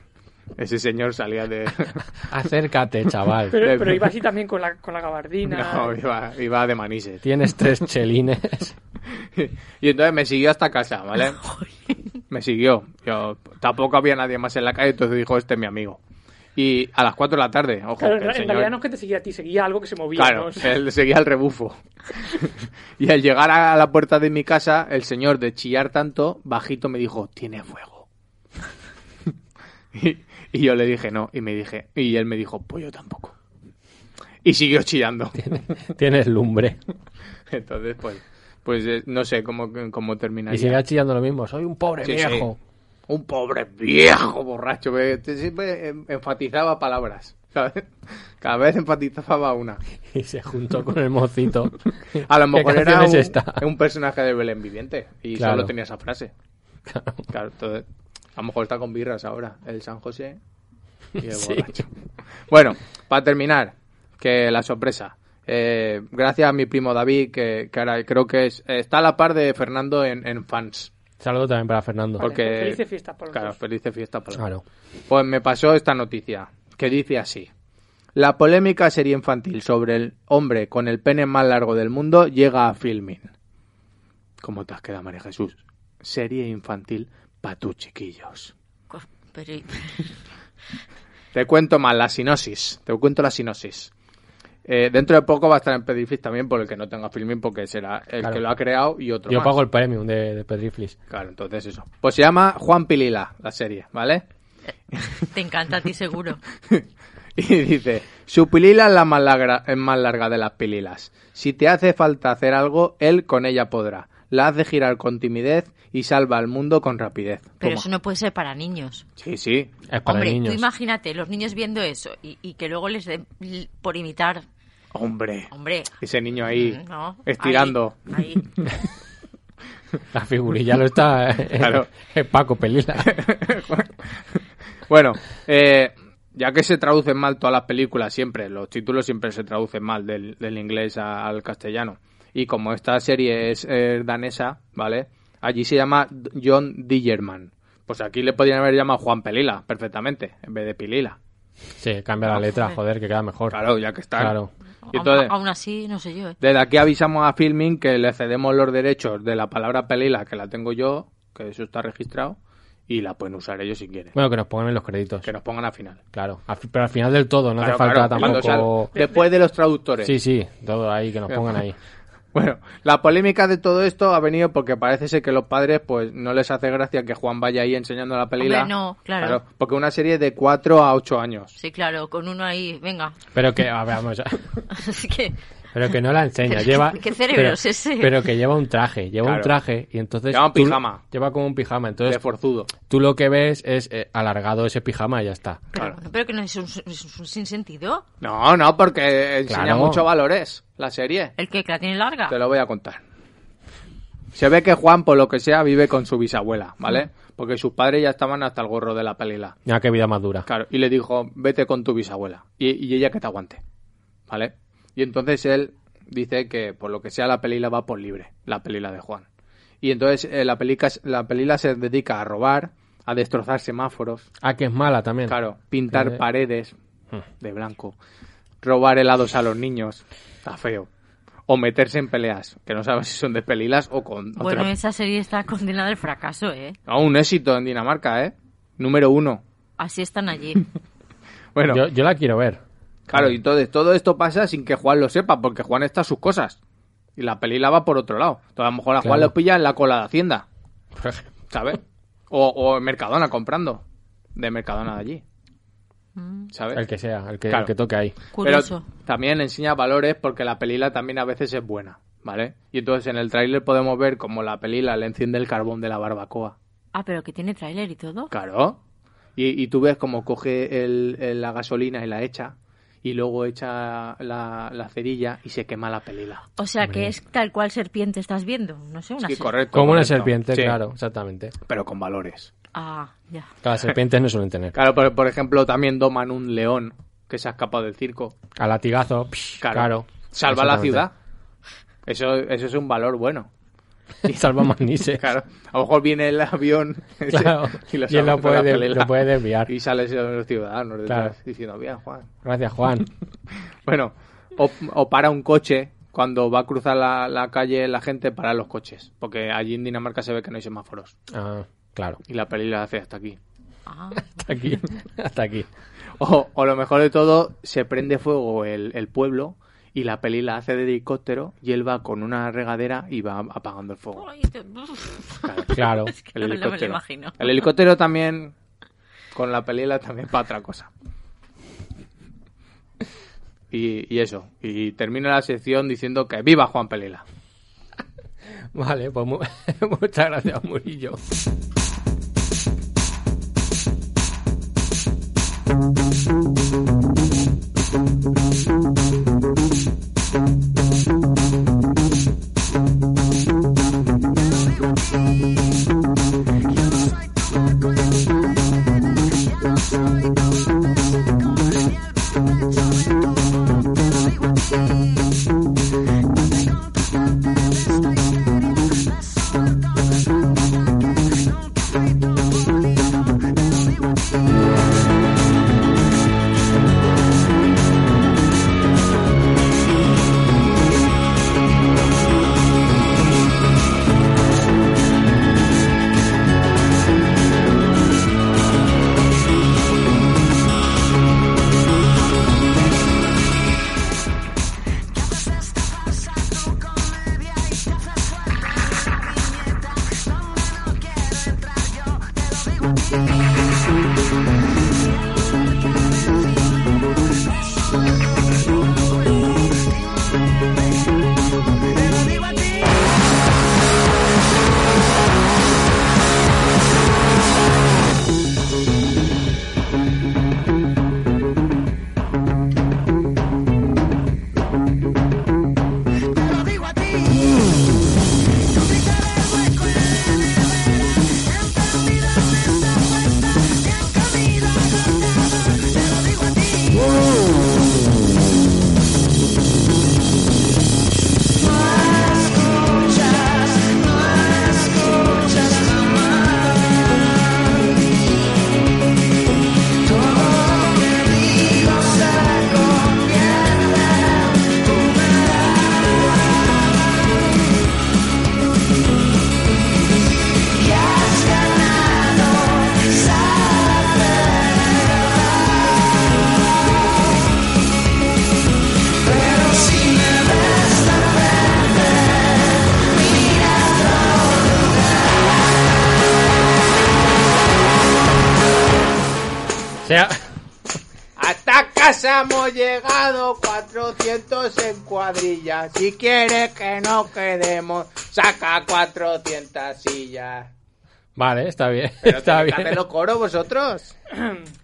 [SPEAKER 5] ese señor salía de...
[SPEAKER 4] Acércate, chaval.
[SPEAKER 3] Pero,
[SPEAKER 5] De-
[SPEAKER 3] pero iba así también con la, con la gabardina.
[SPEAKER 5] No, iba, iba de manises.
[SPEAKER 4] Tienes tres chelines.
[SPEAKER 5] Y entonces me siguió hasta casa, ¿vale? Me siguió. Yo, tampoco había nadie más en la calle, entonces dijo, este es mi amigo. Y a las 4 de la tarde, ojo,
[SPEAKER 3] Claro,
[SPEAKER 5] que
[SPEAKER 3] en,
[SPEAKER 5] el
[SPEAKER 3] en
[SPEAKER 5] señor-
[SPEAKER 3] realidad no es que te seguía a ti, seguía algo que se movía. ¿no?
[SPEAKER 5] Claro,
[SPEAKER 3] O sea,
[SPEAKER 5] él seguía el rebufo. y al llegar a la puerta de mi casa, el señor de chillar tanto, bajito me dijo, tiene fuego. y, y yo le dije no, y me dije, y él me dijo, pues yo tampoco. Y siguió chillando.
[SPEAKER 4] Tienes lumbre.
[SPEAKER 5] Entonces, pues, pues eh, no sé cómo, cómo terminaría.
[SPEAKER 4] Y sigas chillando lo mismo. Soy un pobre
[SPEAKER 5] Sí, sí.
[SPEAKER 4] viejo.
[SPEAKER 5] Un pobre viejo borracho. ve, te- Siempre em- enfatizaba palabras. ¿sabes? Cada vez enfatizaba una.
[SPEAKER 4] Y se juntó con el mocito.
[SPEAKER 5] A lo
[SPEAKER 4] ¿Qué
[SPEAKER 5] mejor era
[SPEAKER 4] canción
[SPEAKER 5] un,
[SPEAKER 4] es esta?
[SPEAKER 5] un personaje de Belén viviente y
[SPEAKER 4] Claro.
[SPEAKER 5] solo tenía esa frase. Claro. entonces, A lo mejor está con birras ahora, el San José. Y el
[SPEAKER 4] Sí.
[SPEAKER 5] borracho. Bueno, para terminar, que la sorpresa. Eh, gracias a mi primo David, que, que ahora creo que es, está a la par de Fernando en, en fans.
[SPEAKER 4] Saludo también para Fernando. Ah,
[SPEAKER 5] Porque,
[SPEAKER 3] Felices fiestas para los
[SPEAKER 5] Claro,
[SPEAKER 3] dos.
[SPEAKER 5] felices fiestas para los
[SPEAKER 4] Claro.
[SPEAKER 5] pues me pasó esta noticia, que dice así. La polémica serie infantil sobre el hombre con el pene más largo del mundo llega a filming. ¿Cómo te has quedado, María Jesús? Serie infantil para tus chiquillos.
[SPEAKER 7] Cos- Pero,
[SPEAKER 5] Te cuento más la sinosis. Te cuento la sinosis. Eh, dentro de poco va a estar en Pedifis también por el que no tenga filming, porque será el
[SPEAKER 4] Claro.
[SPEAKER 5] que lo ha creado y otro
[SPEAKER 4] Yo
[SPEAKER 5] más.
[SPEAKER 4] pago el premium de, de Pedriflis.
[SPEAKER 5] Claro, entonces eso. Pues se llama Juan Pilila, la serie, ¿vale?
[SPEAKER 7] te encanta a ti seguro.
[SPEAKER 5] Y dice, su pilila es la más larga, es más larga de las pililas. Si te hace falta hacer algo, él con ella podrá. La hace girar con timidez y salva al mundo con rapidez.
[SPEAKER 7] Pero
[SPEAKER 5] Toma.
[SPEAKER 7] eso no puede ser para niños.
[SPEAKER 5] Sí, sí.
[SPEAKER 4] Es para
[SPEAKER 7] Hombre,
[SPEAKER 4] niños.
[SPEAKER 7] tú imagínate los niños viendo eso y, y que luego les den l- por imitar.
[SPEAKER 5] Hombre.
[SPEAKER 7] Hombre,
[SPEAKER 5] Ese niño ahí,
[SPEAKER 7] no,
[SPEAKER 5] estirando.
[SPEAKER 7] ahí- ahí.
[SPEAKER 4] La figurilla lo está. eh,
[SPEAKER 5] Claro.
[SPEAKER 4] es Paco Pelila.
[SPEAKER 5] Bueno, eh, ya que se traducen mal todas las películas siempre, los títulos siempre se traducen mal del, del inglés a- al castellano. Y como esta serie es eh, danesa, ¿vale? Allí se llama D- John Dillerman. Pues aquí le podrían haber llamado Juan Pelila, perfectamente, en vez de Pilila. Pues
[SPEAKER 4] Sí, cambia la letra, joder, que queda mejor.
[SPEAKER 5] Claro, ya que está.
[SPEAKER 4] Claro.
[SPEAKER 5] Y entonces,
[SPEAKER 7] Aún así, no sé yo. ¿eh?
[SPEAKER 5] desde aquí avisamos a Filming que le cedemos los derechos de la palabra Pelila, que la tengo yo, que eso está registrado, y la pueden usar ellos si quieren.
[SPEAKER 4] Bueno, que nos pongan en los créditos.
[SPEAKER 5] Que nos pongan al final.
[SPEAKER 4] Claro. Al fi- Pero al final del todo, no hace
[SPEAKER 5] Claro,
[SPEAKER 4] falta
[SPEAKER 5] claro, cuando
[SPEAKER 4] tampoco.
[SPEAKER 5] sal- después de los traductores.
[SPEAKER 4] Sí, sí, todo ahí, que nos pongan ahí.
[SPEAKER 5] Bueno, la polémica de todo esto ha venido porque parece ser que los padres pues no les hace gracia que Juan vaya ahí enseñando la película.
[SPEAKER 7] Hombre, no, claro.
[SPEAKER 5] Porque una serie de 4 a 8 años.
[SPEAKER 7] Sí, claro, con uno ahí, venga.
[SPEAKER 4] Pero que, a ver, vamos,
[SPEAKER 7] Así que,
[SPEAKER 4] pero que no la enseña.
[SPEAKER 7] Pero,
[SPEAKER 4] lleva,
[SPEAKER 7] ¿qué cerebro
[SPEAKER 4] pero,
[SPEAKER 7] es ese?
[SPEAKER 4] Pero que lleva un traje, lleva
[SPEAKER 5] Claro.
[SPEAKER 4] un traje y entonces.
[SPEAKER 5] Lleva un
[SPEAKER 4] tú-
[SPEAKER 5] pijama.
[SPEAKER 4] lleva como un pijama.
[SPEAKER 5] De
[SPEAKER 4] Entonces,
[SPEAKER 5] forzudo.
[SPEAKER 4] tú lo que ves es eh, alargado ese pijama y ya está.
[SPEAKER 7] pero,
[SPEAKER 5] Claro.
[SPEAKER 7] pero que no es un, es un sinsentido.
[SPEAKER 5] No, no, porque enseña
[SPEAKER 4] Claro.
[SPEAKER 5] muchos valores la serie.
[SPEAKER 7] El que que la tiene larga.
[SPEAKER 5] Te lo voy a contar. Se ve que Juan, por lo que sea, vive con su bisabuela,
[SPEAKER 7] Mm.
[SPEAKER 5] ¿vale? Porque sus padres ya estaban hasta el gorro de la película.
[SPEAKER 4] Mira qué vida más dura.
[SPEAKER 5] Claro, y le dijo, vete con tu bisabuela. Y, y ella que te aguante. ¿Vale? Y entonces él dice que por lo que sea la pelila va por libre, la pelila de Juan. Y entonces eh, la, pelica, la pelila se dedica a robar, a destrozar semáforos,
[SPEAKER 4] Ah, que es mala también.
[SPEAKER 5] claro, pintar
[SPEAKER 4] Eh.
[SPEAKER 5] paredes de blanco, robar helados a los niños, está feo. O meterse en peleas, que no sabes si son de pelilas o con...
[SPEAKER 7] Bueno,
[SPEAKER 5] otras.
[SPEAKER 7] esa serie está condenada al fracaso, ¿eh?
[SPEAKER 5] No, un éxito en Dinamarca, ¿eh? Número uno.
[SPEAKER 7] Así están allí.
[SPEAKER 5] Bueno,
[SPEAKER 4] Yo, yo la quiero ver.
[SPEAKER 5] Claro, y entonces todo esto pasa sin que Juan lo sepa, porque Juan está a sus cosas. Y la peli la va por otro lado. Entonces, a lo mejor a Juan
[SPEAKER 4] Claro.
[SPEAKER 5] lo pilla en la cola de Hacienda,
[SPEAKER 4] Por ejemplo.
[SPEAKER 5] ¿sabes? O, o en Mercadona comprando. De Mercadona de allí. ¿Sabes?
[SPEAKER 4] El que sea, el que,
[SPEAKER 5] Claro.
[SPEAKER 4] el que toque ahí.
[SPEAKER 5] Pero
[SPEAKER 7] Curioso.
[SPEAKER 5] también enseña valores porque la pelila también a veces es buena, ¿vale? Y entonces en el tráiler podemos ver como la pelila le enciende el carbón de la barbacoa.
[SPEAKER 7] Ah, pero que tiene tráiler y todo.
[SPEAKER 5] Claro. Y, y tú ves cómo coge el- el- la gasolina y la echa, y luego echa la, la cerilla y se quema la pelila.
[SPEAKER 7] O sea, que es tal cual serpiente estás viendo. No sé, una
[SPEAKER 5] Sí,
[SPEAKER 7] ser-
[SPEAKER 5] correcto.
[SPEAKER 4] Como una
[SPEAKER 5] correcto.
[SPEAKER 4] serpiente,
[SPEAKER 5] Sí,
[SPEAKER 4] claro, exactamente.
[SPEAKER 5] Pero con valores.
[SPEAKER 7] Ah, ya.
[SPEAKER 4] Claro, Las serpientes no suelen tener.
[SPEAKER 5] Claro, por, por ejemplo, también doman un león que se ha escapado del circo.
[SPEAKER 4] A latigazo, psh,
[SPEAKER 5] Claro.
[SPEAKER 4] claro.
[SPEAKER 5] Salva la
[SPEAKER 4] Exactamente.
[SPEAKER 5] ciudad. Eso, eso es un valor bueno.
[SPEAKER 4] Salva Manise.
[SPEAKER 5] Claro. A lo mejor viene el avión ese
[SPEAKER 4] Claro. Y él
[SPEAKER 5] salva
[SPEAKER 4] lo
[SPEAKER 5] con la
[SPEAKER 4] puede-
[SPEAKER 5] pelila.
[SPEAKER 4] lo puede desviar.
[SPEAKER 5] Y sale ese- los ciudadanos detrás
[SPEAKER 4] Claro.
[SPEAKER 5] diciendo, bien, Juan.
[SPEAKER 4] Gracias, Juan.
[SPEAKER 5] Bueno, o, o para un coche cuando va a cruzar la, la calle la gente para los coches, porque allí en Dinamarca se ve que no hay semáforos
[SPEAKER 4] Ah, claro.
[SPEAKER 5] y la película hace hasta aquí.
[SPEAKER 7] Ah,
[SPEAKER 4] Hasta aquí. Hasta aquí.
[SPEAKER 5] O, o lo mejor de todo, se prende fuego el, el pueblo y la peli la hace de helicóptero y él va con una regadera y va apagando el fuego.
[SPEAKER 7] Ay, te-
[SPEAKER 5] Claro,
[SPEAKER 4] Claro.
[SPEAKER 7] Es que no me lo- me lo imagino.
[SPEAKER 5] El helicóptero también, con la película también para otra cosa. Y, y eso, y termino la sección diciendo que viva Juan Pelila.
[SPEAKER 4] Vale, pues mu- muchas gracias, Murillo. sea,
[SPEAKER 5] Hasta casa hemos llegado 400 en cuadrillas. Si quieres que nos quedemos, saca 400 sillas.
[SPEAKER 4] vale, está bien.
[SPEAKER 5] Pero
[SPEAKER 4] está
[SPEAKER 5] tenéis que
[SPEAKER 4] bien.
[SPEAKER 5] hacerlo coro vosotros.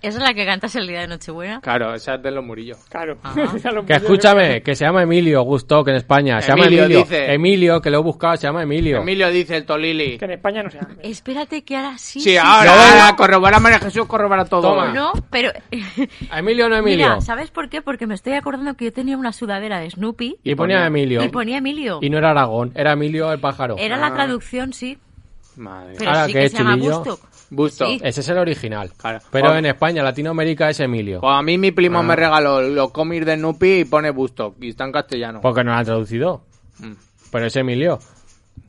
[SPEAKER 7] ¿Esa es la que cantas el día de Nochebuena?
[SPEAKER 5] Claro, esa es de los Murillo.
[SPEAKER 3] Claro.
[SPEAKER 7] Ajá.
[SPEAKER 3] Ya lo-
[SPEAKER 4] Que escúchame, que se llama Emilio Gusto, que en España. Se llama
[SPEAKER 5] Emilio,
[SPEAKER 4] Emilio.
[SPEAKER 5] dice.
[SPEAKER 4] Emilio, que lo he buscado, se llama Emilio.
[SPEAKER 5] Emilio dice el Tolili.
[SPEAKER 3] Que en España no se hace.
[SPEAKER 7] Espérate que ahora sí.
[SPEAKER 5] Sí,
[SPEAKER 7] sí,
[SPEAKER 5] ahora,
[SPEAKER 4] sí.
[SPEAKER 5] ahora, corrobora María Jesús, corrobora todo.
[SPEAKER 4] Toma.
[SPEAKER 7] No, pero.
[SPEAKER 4] A Emilio no Emilio.
[SPEAKER 7] Mira, ¿sabes por qué? Porque me estoy acordando que yo tenía una sudadera de Snoopy
[SPEAKER 4] y ponía Emilio.
[SPEAKER 7] y ponía Emilio.
[SPEAKER 4] Y no era Aragón, era Emilio el pájaro.
[SPEAKER 7] Era la traducción, sí.
[SPEAKER 5] Madre.
[SPEAKER 7] Pero
[SPEAKER 4] Ahora
[SPEAKER 7] sí
[SPEAKER 4] que
[SPEAKER 7] que,
[SPEAKER 4] es
[SPEAKER 7] se llama
[SPEAKER 4] chiquillo.
[SPEAKER 7] Bustock.
[SPEAKER 5] Busto.
[SPEAKER 7] Sí.
[SPEAKER 4] Ese es el original.
[SPEAKER 5] Claro.
[SPEAKER 4] Pero
[SPEAKER 5] Joder.
[SPEAKER 4] en España, Latinoamérica es Emilio.
[SPEAKER 5] Pues a mí mi primo me regaló los cómics de Nupi y pone Busto. Y está en castellano.
[SPEAKER 4] Porque no lo han traducido.
[SPEAKER 5] Mm.
[SPEAKER 4] Pero es Emilio.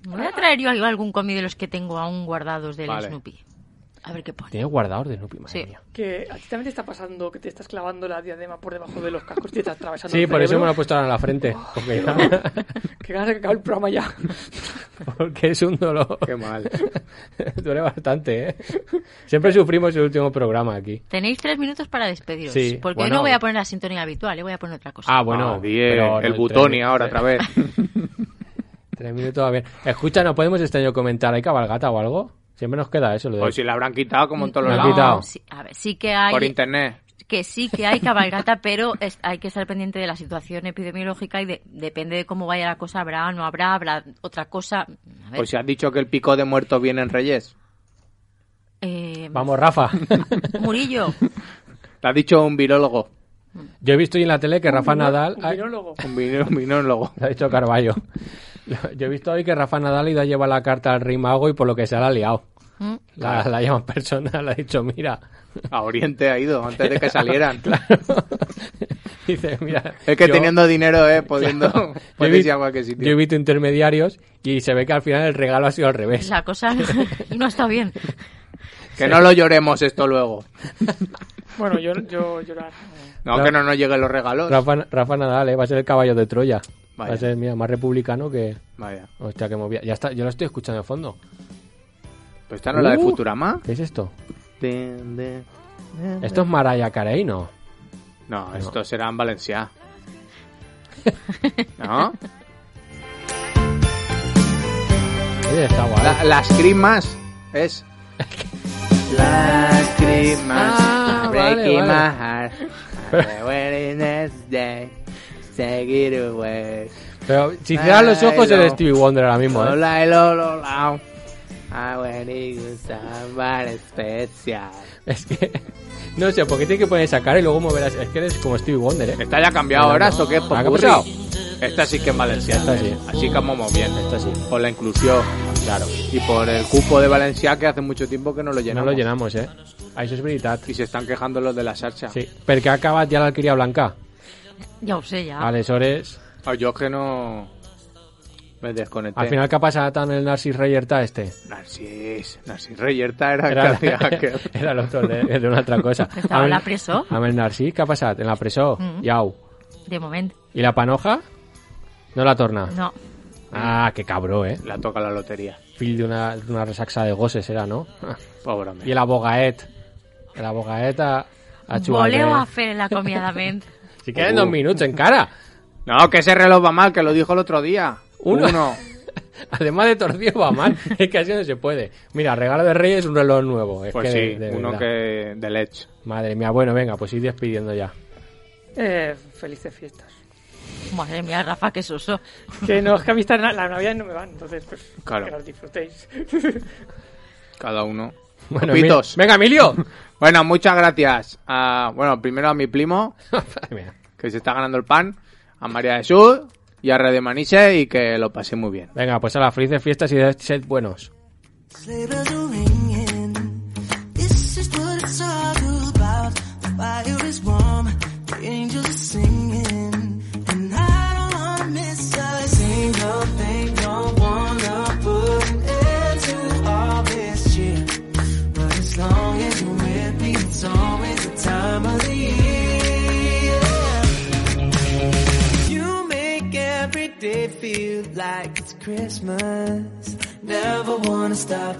[SPEAKER 7] Voy a traer yo algún cómic de los que tengo aún guardados del
[SPEAKER 5] Vale.
[SPEAKER 7] Snoopy. A ver qué pone.
[SPEAKER 4] Tiene guardados de Nupi, madre
[SPEAKER 7] Sí.
[SPEAKER 4] mía.
[SPEAKER 3] Que a ti también te está pasando que te estás clavando la diadema por debajo de los cascos y te estás atravesando
[SPEAKER 4] Sí,
[SPEAKER 3] el
[SPEAKER 4] por eso me
[SPEAKER 3] cerebro.
[SPEAKER 4] lo he puesto ahora en la frente. Porque,
[SPEAKER 3] Que ganas de que acabe el programa ya.
[SPEAKER 4] porque es un dolor.
[SPEAKER 5] Qué mal.
[SPEAKER 4] Duele bastante, ¿eh? Siempre sufrimos el último programa aquí.
[SPEAKER 7] Tenéis tres minutos para despediros.
[SPEAKER 4] Sí,
[SPEAKER 7] porque
[SPEAKER 4] bueno.
[SPEAKER 7] hoy no voy a poner la sintonía habitual, ¿eh? voy a poner otra cosa.
[SPEAKER 4] Ah, bueno.
[SPEAKER 5] Ah, bien.
[SPEAKER 4] pero
[SPEAKER 5] el
[SPEAKER 4] no,
[SPEAKER 5] Butoni
[SPEAKER 4] tres-
[SPEAKER 5] ahora otra vez.
[SPEAKER 4] Tres minutos a ver. Escucha, ¿no podemos este año comentar? ¿Hay cabalgata o algo? Siempre nos queda eso. Lo de...
[SPEAKER 5] Pues si la habrán quitado como en todos
[SPEAKER 4] No.
[SPEAKER 5] los lados.
[SPEAKER 4] quitado.
[SPEAKER 7] sí, a ver, sí que hay.
[SPEAKER 5] Por internet.
[SPEAKER 7] que sí que hay cabalgata, pero es- hay que estar pendiente de la situación epidemiológica y de- depende de cómo vaya la cosa, habrá o no habrá, habrá otra cosa. A
[SPEAKER 4] ¿Eh?
[SPEAKER 7] ver,
[SPEAKER 5] Pues si has dicho que el pico de muertos viene en Reyes.
[SPEAKER 7] eh,
[SPEAKER 4] Vamos, Rafa.
[SPEAKER 7] Murillo,
[SPEAKER 5] Te ha dicho un virólogo.
[SPEAKER 4] Yo he visto hoy en la tele que Rafa Nadal...
[SPEAKER 3] Un
[SPEAKER 4] Ay,
[SPEAKER 3] virólogo.
[SPEAKER 5] Un, vi- un virólogo.
[SPEAKER 4] Lo ha dicho Carballo. Yo he visto hoy que Rafa Nadal ha ido a llevar la carta al rey mago y por lo que se la ha liado.
[SPEAKER 7] Mm.
[SPEAKER 4] La, la llaman personal, le ha dicho, mira.
[SPEAKER 5] A Oriente ha ido antes de que salieran.
[SPEAKER 4] Claro. Dice, mira.
[SPEAKER 5] Es que
[SPEAKER 4] yo-
[SPEAKER 5] teniendo dinero, eh, pudiendo,
[SPEAKER 4] Claro. Yo he
[SPEAKER 5] puedes ir
[SPEAKER 4] vi-
[SPEAKER 5] a cualquier
[SPEAKER 4] Yo he
[SPEAKER 5] sitio.
[SPEAKER 4] visto intermediarios y se ve que al final el regalo ha sido al revés.
[SPEAKER 7] la cosa no está bien.
[SPEAKER 5] Que no lo lloremos esto luego.
[SPEAKER 3] Bueno, yo, yo llorar.
[SPEAKER 5] No,
[SPEAKER 4] Claro.
[SPEAKER 5] que no nos lleguen los regalos.
[SPEAKER 4] Rafa, Rafa Nadal ¿eh? va a ser el caballo de Troya.
[SPEAKER 5] Vaya.
[SPEAKER 4] Va a ser, mira, más republicano que.
[SPEAKER 5] Vaya.
[SPEAKER 4] Hostia, que movía. Ya está, yo lo estoy escuchando de fondo.
[SPEAKER 5] Pues esta no es la de
[SPEAKER 4] Uh.
[SPEAKER 5] Futurama.
[SPEAKER 4] ¿Qué es esto?
[SPEAKER 5] Ten, de-
[SPEAKER 4] Esto es Maraya Carey, ¿no?
[SPEAKER 5] No, esto será en Valencia. ¿No?
[SPEAKER 4] Oye, está guay.
[SPEAKER 5] La- las crimas es. Las crimas.
[SPEAKER 4] Ah, vale,
[SPEAKER 5] breaking
[SPEAKER 4] vale.
[SPEAKER 5] my heart. I'm wearing ah, this day. Take it away.
[SPEAKER 4] Pero si cierras los ojos,
[SPEAKER 5] Ay, no.
[SPEAKER 4] eres Stevie Wonder ahora mismo, ¿eh?
[SPEAKER 5] Hola, Ah, hello, hello, hello. I want you somebody special.
[SPEAKER 4] Es que. No sé, porque tiene que poner esa cara y luego moverás. Es que eres como Stevie Wonder, ¿eh?
[SPEAKER 5] ¿Está ya cambiado ahora o qué?
[SPEAKER 4] ¿Ha
[SPEAKER 5] Popurrí.
[SPEAKER 4] cambiado?
[SPEAKER 5] Esta sí que es Valencia.
[SPEAKER 4] Esta sí.
[SPEAKER 5] Así que vamos bien.
[SPEAKER 4] Esto sí.
[SPEAKER 5] Por la inclusión. Claro. Y por el cupo de Valencia que hace mucho tiempo que no lo
[SPEAKER 4] No
[SPEAKER 5] llenamos.
[SPEAKER 4] lo llenamos, ¿eh? Això és veritat.
[SPEAKER 5] Y se están quejando los de la
[SPEAKER 7] Ah.
[SPEAKER 5] sarcha.
[SPEAKER 4] Sí, perquè ha acabat ja l'alqueria blanca.
[SPEAKER 7] Ya lo sé, ya.
[SPEAKER 4] Aleshores,
[SPEAKER 5] Ah, yo es que no. Me desconecté.
[SPEAKER 4] al final què ha passat amb el Narcís Reyerta este?
[SPEAKER 5] Narcís. Narcís Reyerta era,
[SPEAKER 4] Era,
[SPEAKER 5] el que hacía que-
[SPEAKER 4] era l'altre de, de una altra cosa.
[SPEAKER 7] Estava a la presó.
[SPEAKER 4] Amb el Narcís, què ha passat? En la presó,
[SPEAKER 7] Mm.
[SPEAKER 4] iau.
[SPEAKER 7] De momento,
[SPEAKER 4] I la panoja? No la torna.
[SPEAKER 7] no.
[SPEAKER 4] Ah, qué cabrón, ¿eh?
[SPEAKER 5] La toca la lotería.
[SPEAKER 4] Phil de una, de una resaxa de goses era, ¿no?
[SPEAKER 5] Pobre hombre.
[SPEAKER 4] Y el abogaet. El abogaet a, a
[SPEAKER 7] Voleu a Uh.
[SPEAKER 4] Chugalé.
[SPEAKER 7] fer la comiadament.
[SPEAKER 4] eh. Si quedan dos minutos en cara.
[SPEAKER 5] No, que ese reloj va mal, que lo dijo el otro día.
[SPEAKER 4] Uno.
[SPEAKER 5] Uno.
[SPEAKER 4] Además de torcido va mal. Es que así no se puede. Mira, regalo de Reyes un reloj nuevo. Es
[SPEAKER 5] Pues
[SPEAKER 4] que de-
[SPEAKER 5] sí,
[SPEAKER 4] de
[SPEAKER 5] uno
[SPEAKER 4] verdad.
[SPEAKER 5] que de Lech.
[SPEAKER 4] Madre mía, bueno, venga, pues ir despidiendo ya.
[SPEAKER 3] Eh, felices fiestas.
[SPEAKER 7] Madre mía, Rafa, qué soso.
[SPEAKER 3] Que no, es que a mí esta na- las navidades no me van, entonces pues
[SPEAKER 5] Claro.
[SPEAKER 3] que las disfrutéis.
[SPEAKER 5] Cada uno.
[SPEAKER 4] Bueno,
[SPEAKER 5] Copitos.
[SPEAKER 4] Emil- Venga, Emilio.
[SPEAKER 5] Bueno, muchas gracias. a- bueno, primero a mi primo,
[SPEAKER 4] Madre mía.
[SPEAKER 5] que se está ganando el pan, a María Jesús y a Red de Maniche y que lo pasé muy bien.
[SPEAKER 4] venga, pues a las felices fiestas y sed buenos.
[SPEAKER 6] Sleigh bells are ringing. This is what it's all about. The fire is warm. The angels are singing. And I don't wanna miss a single thing. Don't wanna put an end to all this year. But as long as you're with me, it's always the time of the year. You make every day feel like it's Christmas. Never wanna stop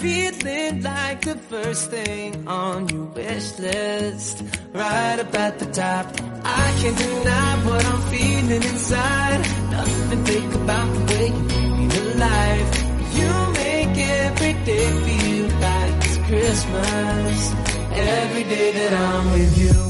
[SPEAKER 6] feeling like the first thing on your wish list. Right up at the top. I can't deny what I'm feeling inside. Nothing to think about the way you made me alive. You make every day feel like it's Christmas. Every day that I'm with you.